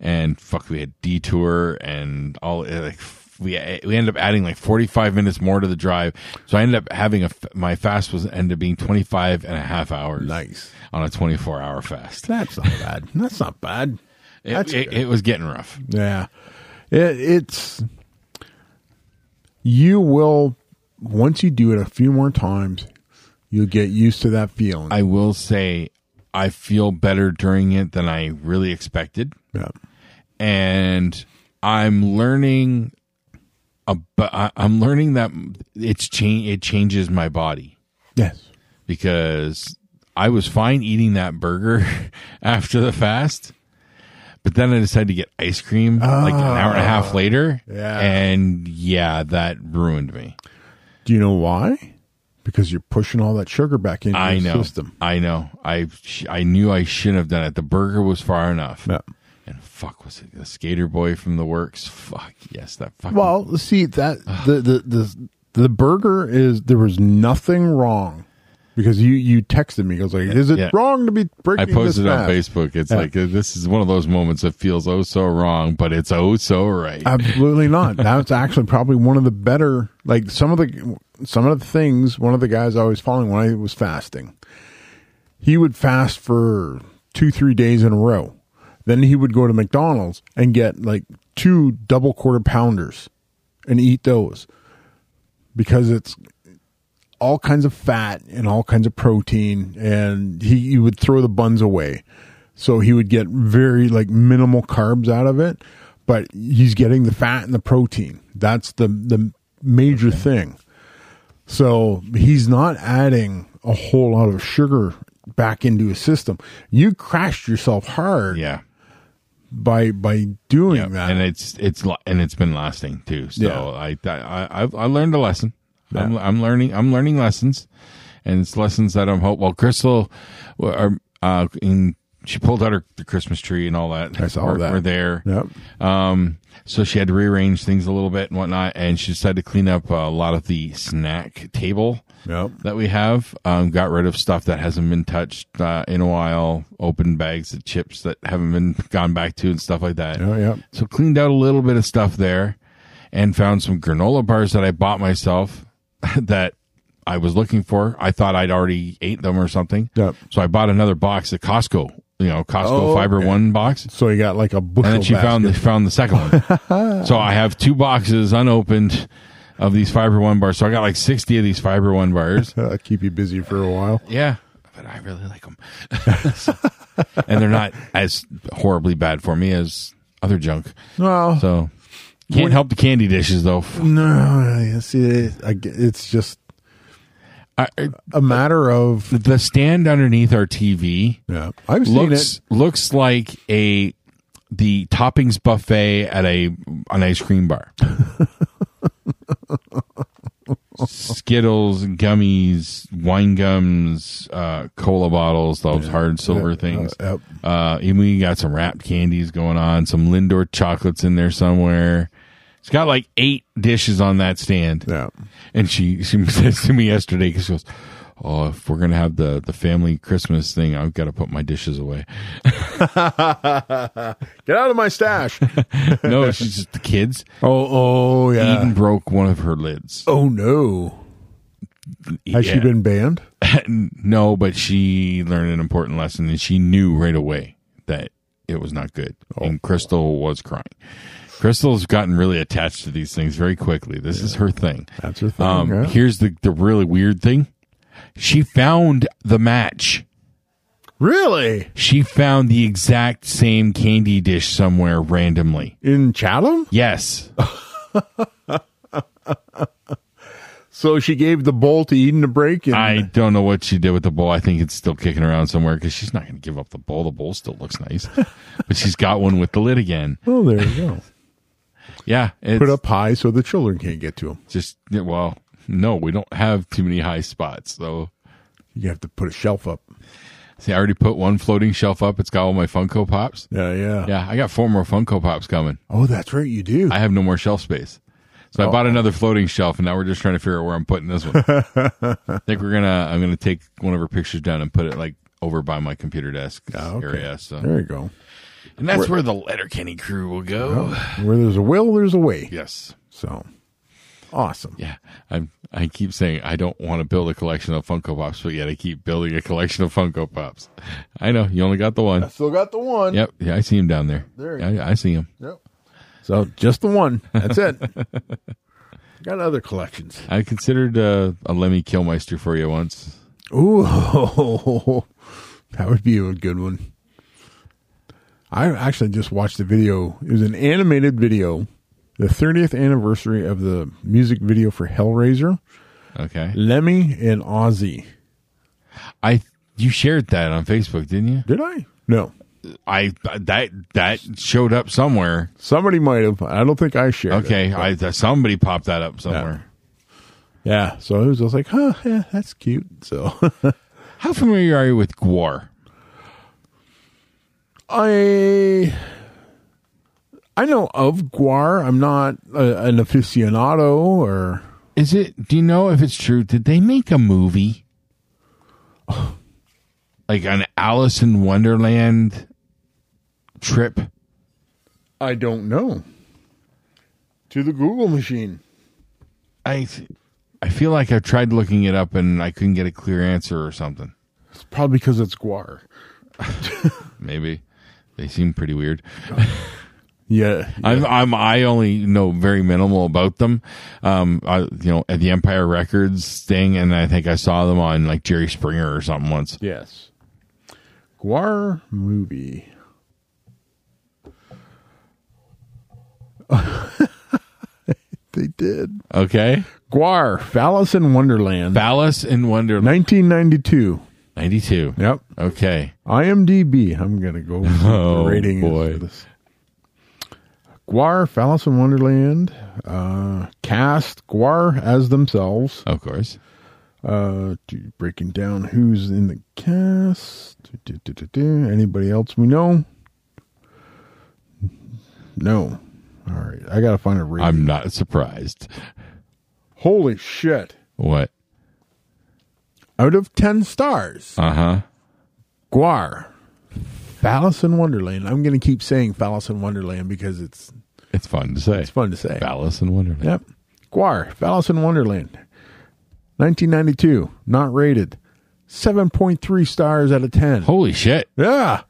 H: and fuck, we had detour and all eh, like f- we we ended up adding like 45 minutes more to the drive. So I ended up having a f- my fast was ended up being 25 and a half hours.
G: Nice.
H: On a 24 hour fast.
G: That's not bad. That's not bad.
H: It, it, it was getting rough.
G: Yeah. It, it's you will once you do it a few more times, you'll get used to that feeling.
H: I will say I feel better during it than I really expected.
G: yeah.
H: and I'm learning about I'm learning that it's change it changes my body
G: Yes.
H: because I was fine eating that burger after the fast. But then I decided to get ice cream like an hour and a half later.
G: Ah, Yeah.
H: And yeah, that ruined me.
G: Do you know why? Because you're pushing all that sugar back into
H: I
G: your
H: know.
G: system.
H: I know. I sh- I knew I shouldn't have done it. The burger was far enough.
G: Yeah.
H: And fuck was it the skater boy from the works? Fuck yes, that fucking
G: Well, see that the, the the the burger is there was nothing wrong because you you texted me. I was like, "Is it
H: Yeah.
G: wrong to be
H: I
G: breaking?"
H: posted it
G: this
H: on
G: fast?
H: Facebook. It's
G: Yeah.
H: like uh, this is one of those moments that feels oh so wrong, but it's oh so right.
G: Absolutely not. That's actually probably one of the better like some of the some of the things one of the guys I was following when I was fasting. He would fast for 2-3 days in a row. Then he would go to McDonald's and get like two double quarter pounders and eat those because it's all kinds of fat and all kinds of protein and he, he would throw the buns away so he would get very like minimal carbs out of it but he's getting the fat and the protein that's the the major thing so he's not adding a whole lot of sugar back into his system you crashed yourself hard
H: yeah,
G: by by doing
H: yeah.
G: that
H: and it's it's la- and it's been lasting too. So
G: Yeah.
H: I I I, I've- I learned a lesson. I'm, I'm learning I'm learning lessons, and it's lessons that I'm hope. Well, Crystal, uh, uh, in, she pulled out her the Christmas tree and all that.
G: I saw
H: we're,
G: that.
H: We're there.
G: yep
H: Um, so she had to rearrange things a little bit and whatnot, and she decided to clean up a lot of the snack table
G: Yep.
H: that we have. Um, got rid of stuff that hasn't been touched uh, in a while, open bags of chips that haven't been gone back to, and stuff like that.
G: Oh, yep.
H: So cleaned out a little bit of stuff there, and found some granola bars that I bought myself that I was looking for. I thought I'd already ate them or something.
G: Yep.
H: So I bought another box at Costco. You know, Costco
G: Oh,
H: Fiber
G: okay.
H: One box
G: so he got like a bushel
H: and then she
G: basket.
H: found the found the second one. so I have two boxes unopened of these fiber one bars. So I got like sixty of these fiber one bars.
G: Uh, keep you busy for a while
H: yeah, but I really like them, and they're not as horribly bad for me as other junk.
G: well
H: So can't help the candy dishes though.
G: No, you see, I g it's just
H: I, I-
G: a matter of.
H: the stand underneath our TV
G: Yeah, I've seen
H: looks looks like a the toppings buffet at a an ice cream bar. Skittles, gummies, wine gums, uh, cola bottles, those hard silver things.
G: yep.
H: Uh, and we got some wrapped candies going on, some Lindor chocolates in there somewhere. It's got like eight dishes on that stand.
G: it. Yeah,
H: And she she says to me yesterday, 'cause she goes, "Oh, if we're gonna have the the family Christmas thing, I've got to put my dishes away."
G: get out of my stash.
H: no, she's just the kids.
G: oh, oh
H: Eden broke one of her lids.
G: Oh no, has she
H: Yeah.
G: been banned?
H: no, but she learned an important lesson, and she knew right away that it was not good.
G: Oh,
H: And Crystal was crying. Crystal's gotten really attached to these things very quickly. This is her thing.
G: That's her thing.
H: Um,
G: yeah.
H: Here's the the really weird thing. She found the match.
G: really
H: She found the exact same candy dish somewhere randomly.
G: in Chatham?
H: Yes.
G: So she gave the bowl to Eden a break. And,
H: I don't know what she did with the bowl. I think it's still kicking around somewhere because she's not going to give up the bowl. The bowl still looks nice, but she's got one with the lid again.
G: oh, there you go.
H: Yeah. It's
G: Put up high so the children can't get to him.
H: just, yeah, well, no, we don't have too many high spots. So,
G: You have to put a shelf up.
H: see, I already put one floating shelf up. It's got all my Funko Pops.
G: Yeah, yeah.
H: Yeah. I got four more Funko Pops coming.
G: Oh, that's right. You do.
H: I have no more shelf space. So
G: Oh.
H: I bought another floating shelf, and now we're just trying to figure out where I'm putting this one. I think we're gonna. I'm gonna take one of her pictures down and put it like over by my computer desk
G: Ah, okay.
H: area. So,
G: there you go.
H: and that's where, the Letterkenny crew will go.
G: Oh. Where there's a will, there's a way.
H: Yes.
G: So awesome.
H: Yeah, I'm. I keep saying I don't want to build a collection of Funko Pops, but yet I keep building a collection of Funko Pops. I know you only got the one.
G: Still got the one.
H: Yep. Yeah, I see him down there.
G: There he
H: I, I see him.
G: Yep. So just the one. That's it. got other collections.
H: I considered uh, a Lemmy Killmeister for you once.
G: Ooh, that would be a good one. I actually just watched a video. It was an animated video, the 30th anniversary of the music video for Hellraiser,
H: Okay.
G: Lemmy and Ozzy.
H: I you shared that on Facebook, didn't you?
G: Did I? No.
H: I that that showed up somewhere.
G: Somebody might have. I don't think I shared. it.
H: Okay, I somebody popped that up somewhere.
G: Yeah. So it was just like, huh, yeah, that's cute. So
H: How familiar are you with Gwar?
G: I I know of Guar. I'm not a, an aficionado or
H: Is it? Do you know if it's true? Did they make a movie, like an Alice in Wonderland trip?
G: I don't know. To the Google machine.
H: I I feel like I tried looking it up and I couldn't get a clear answer or something.
G: It's probably because it's Guar.
H: Maybe they seem pretty weird.
G: Yeah.
H: I'm, I'm I only know very minimal about them. Um, I, you know, at the Empire Records thing, and I think I saw them on like Jerry Springer or something once.
G: Yes. Guar movie. they did.
H: Okay,
G: Guar, Phallus in Wonderland.
H: Alice in Wonderland,
G: 1992.
H: ninety two.
G: Yep.
H: Okay,
G: IMDb. I'm gonna go with
H: Oh,
G: the rating
H: boy.
G: for this. Guar, Phallus in Wonderland, uh, cast Guar as themselves.
H: of course.
G: Uh, do- breaking down who's in the cast. Do, do, do, do. Anybody else we know? No. All right, I gotta find a rating.
H: I'm not surprised.
G: Holy shit!
H: What?
G: Out of ten stars,
H: Uh huh.
G: Guar, Phallus in Wonderland. I'm gonna keep saying Phallus in Wonderland because it's
H: It's fun to say.
G: It's fun to say.
H: Alice in Wonderland.
G: Yep. Guar, Phallus in Wonderland. 1992, not rated. 7.3 stars out of 10.
H: Holy shit!
G: Yeah.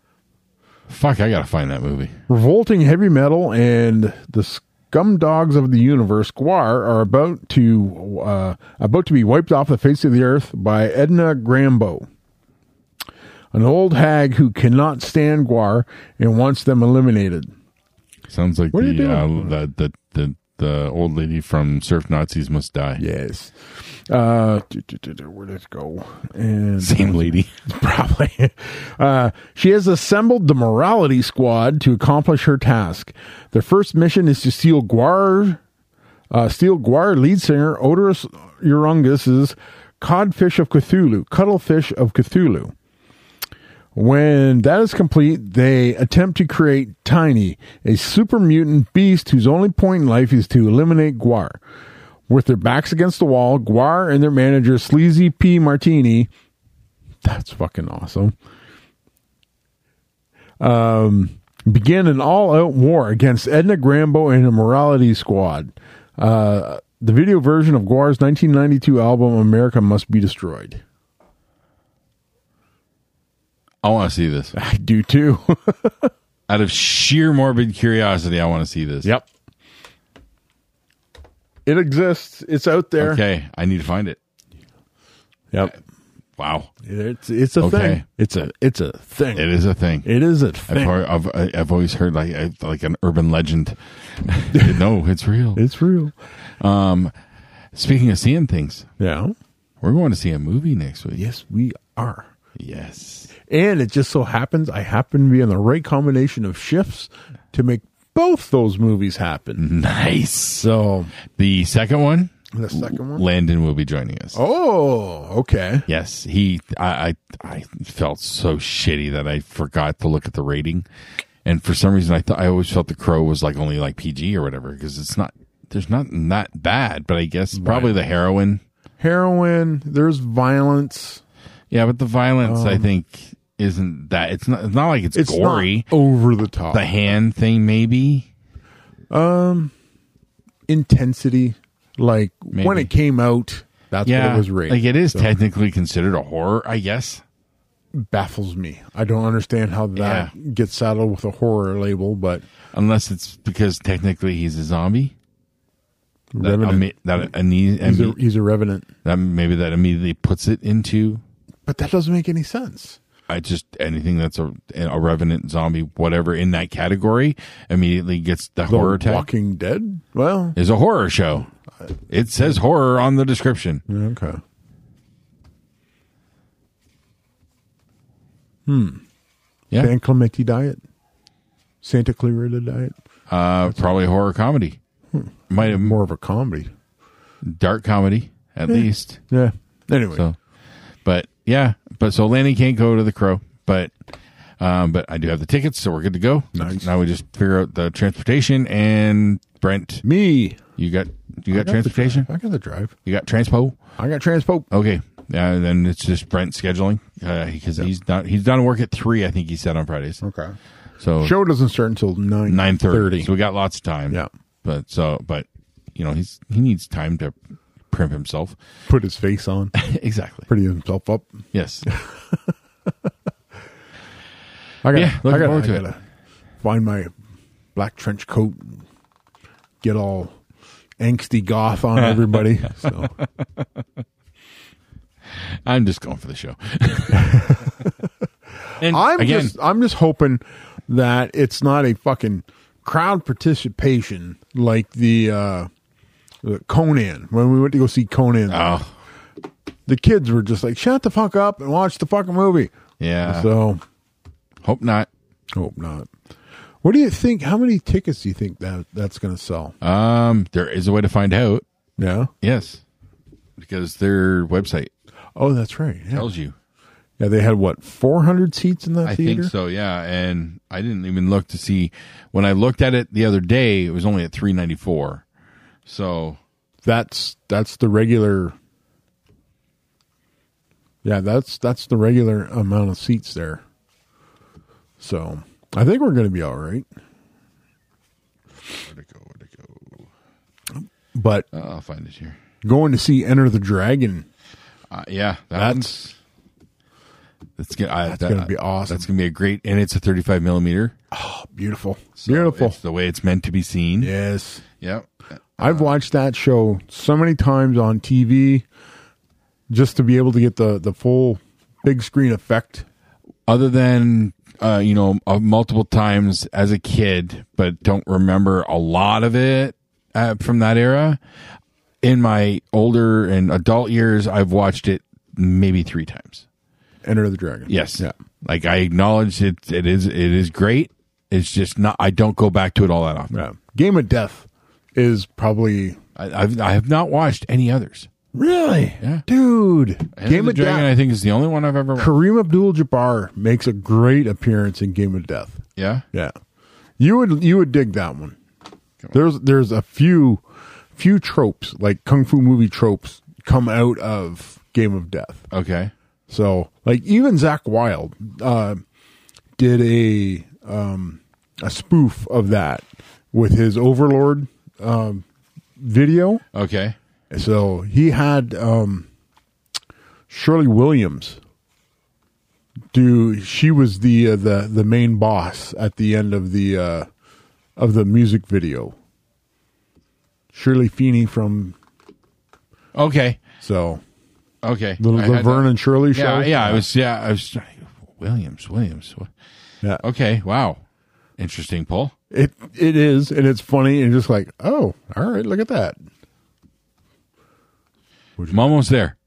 H: Fuck, I gotta find that movie.
G: Revolting heavy metal and the scum dogs of the universe, Guar, are about to uh, about to be wiped off the face of the earth by Edna Grambo, an old hag who cannot stand Guar and wants them eliminated.
H: Sounds like
G: What are you
H: the, uh,
G: doing?
H: the the the the old lady from Surf Nazis Must Die.
G: Yes. Uh, do, do, do, do, where did it go? And uh,
H: Same lady.
G: probably. Uh, she has assembled the morality squad to accomplish her task. Their first mission is to steal Guar, uh, steal Guar lead singer Odorous Urungus's Codfish of Cthulhu, Cuttlefish of Cthulhu. When that is complete, they attempt to create Tiny, a super mutant beast whose only point in life is to eliminate Guar. With their backs against the wall, Guar and their manager, Sleazy P. Martini, that's fucking awesome. Um, began an all-out war against Edna Grambo and her morality squad. Uh, the video version of Guar's 1992 album "America Must Be Destroyed."
H: I want to see this.
G: I do too.
H: Out of sheer morbid curiosity, I want to see this.
G: yep, it exists. It's out there.
H: Okay, I need to find it.
G: Yep,
H: Wow,
G: it's it's a
H: Okay.
G: thing. It's a it's a thing.
H: it is a thing.
G: It is a
H: I've,
G: thing.
H: heard, I've I- I've always heard like I- like an urban legend. no, it's real.
G: It's real.
H: Speaking of seeing things,
G: Yeah.
H: we're going to see a movie next week.
G: Yes, we are.
H: Yes.
G: And it just so happens I happen to be in the right combination of shifts to make both those movies happen.
H: Nice.
G: So
H: The second one,
G: the second one.
H: Landon will be joining us.
G: Oh, okay.
H: Yes, he. I, I I felt so shitty that I forgot to look at the rating, and for some reason I thought I always felt the crow was like only like PG or whatever because it's not. There's nothing that bad, but I guess probably the heroin.
G: Heroin. There's violence.
H: Yeah, but the violence I think isn't that. It's not. It's not like it's,
G: Um, It's
H: gory.
G: not over the top.
H: The hand thing maybe.
G: intensity. Like when
H: Maybe.
G: it came out, that's what it was rated.
H: like it is
G: So,
H: technically considered a horror, I guess.
G: baffles me. I don't understand how that
H: Yeah.
G: gets saddled with a horror label, but
H: Unless it's because technically he's a zombie. That,
G: Revenant.
H: imme- that, imme-
G: he's, a,
H: imme-
G: he's a revenant.
H: that maybe that immediately puts it into
G: But that doesn't make any sense.
H: I just anything that's a a revenant zombie whatever in that category immediately gets the,
G: The
H: horror tag.
G: Walking Dead. Well,
H: is a horror show. It says horror on the description.
G: okay. Hmm.
H: Yeah.
G: San Clemente Hmm. diet. Santa Clarita diet.
H: Uh, probably a horror comedy. Might have
G: Hmm. More of a comedy.
H: dark comedy at least.
G: Yeah. Anyway,
H: So, but yeah, but so Lanny can't go to the Crow, but um, but I do have the tickets, so we're good to go.
G: Nice.
H: Now we just figure out the transportation and Brent,
G: me.
H: you got
G: I
H: you got,
G: got the
H: transportation,
G: drive. I got the drive.
H: you got transpo.
G: I got transpo.
H: Okay, uh, then it's just Brent scheduling Uh, because he's not he's done work at three. I think he said on Fridays.
G: Okay.
H: So
G: Show doesn't start until nine
H: nine thirty. So we got lots of time.
G: Yeah.
H: But so but you know he's he needs time to primp himself.
G: Put his face on.
H: exactly.
G: Pretty himself up.
H: Yes.
G: I got.
H: Yeah, looking
G: I got.
H: forward
G: I
H: to
G: got
H: it.
G: to find my black trench coat. And get all angsty goth on everybody. so
H: I'm just going for the show. and
G: I'm
H: again,
G: just. I'm just hoping that it's not a fucking crowd participation like the uh the Conan when we went to go see Conan.
H: oh
G: the kids were just like, "Shut the fuck up and watch the fucking movie."
H: yeah.
G: So
H: Hope not.
G: hope not. What do you think? How many tickets do you think that that's going to sell?
H: Um, there is a way to find out.
G: yeah.
H: Yes, because their website
G: Oh, that's right. Yeah.
H: tells you.
G: yeah, they had what four hundred seats in that
H: I
G: theater.
H: think so. Yeah, and I didn't even look to see when I looked at it the other day. It was only at three ninety four. So
G: That's that's the regular. Yeah, that's that's the regular amount of seats there. So I think we're going to be all right. But
H: uh, I'll find it here.
G: going to see Enter the Dragon,
H: Uh, yeah, that
G: That's-
H: one's- that's good. I,
G: That's
H: that-
G: gonna be awesome.
H: That's gonna be a great, and it's a thirty-five millimeter.
G: beautiful,
H: So
G: beautiful.
H: it's Uh, the way it's meant to be seen.
G: Yes,
H: Yep.
G: I've watched that show so many times on TV, just to be able to get the the full big screen effect.
H: Other than uh, you know uh, multiple times as a kid, but don't remember a lot of it uh, from that era. In my older and adult years, I've watched it maybe three times.
G: Enter the Dragon.
H: Yes.
G: Yeah.
H: Like I acknowledge it. It is. It is great. It's just not. I don't go back to it all that often.
G: Yeah. Game of Death is probably
H: I, I've, I have not watched any others.
G: really,
H: Yeah.
G: dude.
H: Enter
G: Game
H: the
G: of
H: Dragon, I
G: Death.
H: think, is the only one I've ever. watched.
G: Kareem Abdul-Jabbar makes a great appearance in Game of Death.
H: Yeah.
G: Yeah, you would you would dig that one. There's there's a few few tropes like kung fu movie tropes come out of Game of Death.
H: Okay.
G: So like even Zach Wilde uh, did a um, a spoof of that with his Overlord um, video.
H: Okay.
G: So he had um, Shirley Williams. Do she was the uh, the the main boss at the end of the uh, of the music video. Shirley Feeney from
H: Okay.
G: so
H: Okay.
G: the,
H: I
G: the
H: had
G: Vern
H: that.
G: and Shirley show.
H: Yeah, yeah, I was, yeah, I was. Williams, Williams. What?
G: Yeah.
H: Okay, wow, interesting, Paul.
G: It it is, and it's funny, and just like, oh, all right, look at that.
H: I'm almost there.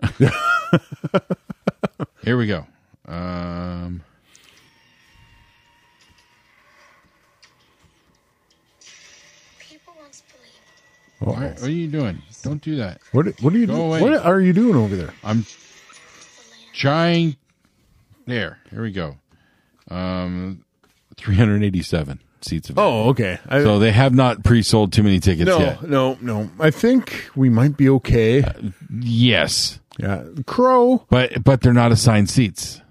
H: Here we go. Um,
I: People once believed
H: why- what are you doing? Don't do that.
G: Oh, What what are you
H: Go
G: doing?
H: away.
G: What are you doing over there?
H: I'm
I: the land
H: trying. There. Here we go. Um, 387 seats. Available.
G: Oh, okay. I,
H: So they have not pre-sold too many tickets
G: no,
H: yet.
G: no, no. I think we might be okay.
H: Yes,
G: Yeah, Crow.
H: but but they're not assigned seats.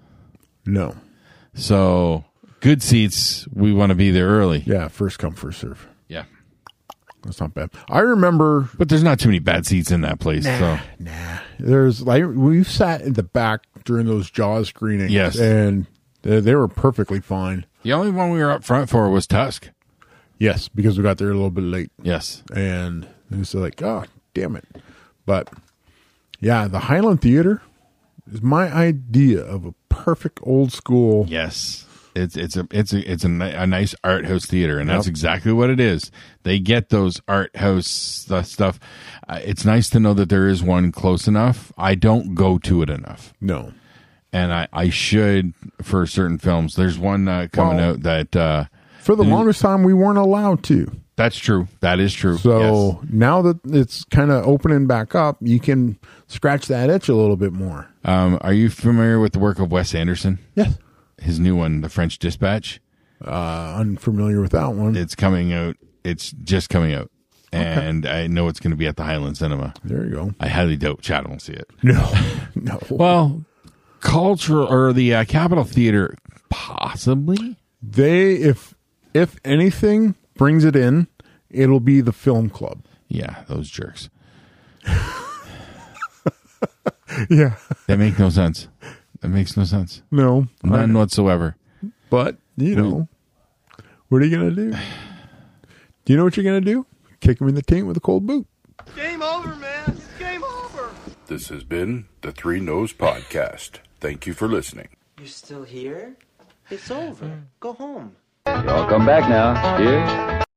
G: No.
H: So good seats. We want to be there early.
G: Yeah, first come, first serve.
H: Yeah.
G: That's not bad. I remember
H: But there's not too many bad seats in that place. So
G: there's like we've sat in the back during those Jaws screenings.
H: Yes.
G: and they, they were perfectly fine.
H: the only one we were up front for was Tusk.
G: Yes, because we got there a little bit late,
H: Yes.
G: and it was like, oh, damn it. But yeah, the Highland Theater is my idea of a perfect old school.
H: Yes. It's it's a it's a it's a, ni- a nice art house theater, and that's
G: Yep.
H: exactly what it is. They get those art house stu- stuff. Uh, it's nice to know that there is one close enough. I don't go to it enough,
G: No,
H: and I I should for certain films. There's one uh, coming
G: Well-
H: out that uh,
G: for the
H: Mm.
G: longest time we weren't allowed to.
H: that's true. That is true. Yes.
G: So now that it's kind of opening back up, you can scratch that itch a little bit more.
H: Um, are you familiar with the work of Wes Anderson?
G: Yes.
H: His new one, The French Dispatch.
G: Uh, Unfamiliar with that one.
H: It's coming out. It's just coming out, and I know it's going to be at the Highland Cinema.
G: there you go.
H: I highly doubt Chad will see it.
G: No, no.
H: Well, cultural or the uh, Capitol Theater, possibly.
G: They, if if anything brings it in, it'll be the film club.
H: Yeah, those jerks.
G: Yeah.
H: That make no sense. That makes no sense.
G: No,
H: None whatsoever.
G: but you know, what are you gonna do? Do you know what you're gonna do? Kick him in the taint with a cold boot.
J: Game over, man. It's game over.
E: This has been the Three Nose Podcast. Thank you for listening.
C: You're still here? It's over. Go home.
F: Y'all come back now. Here.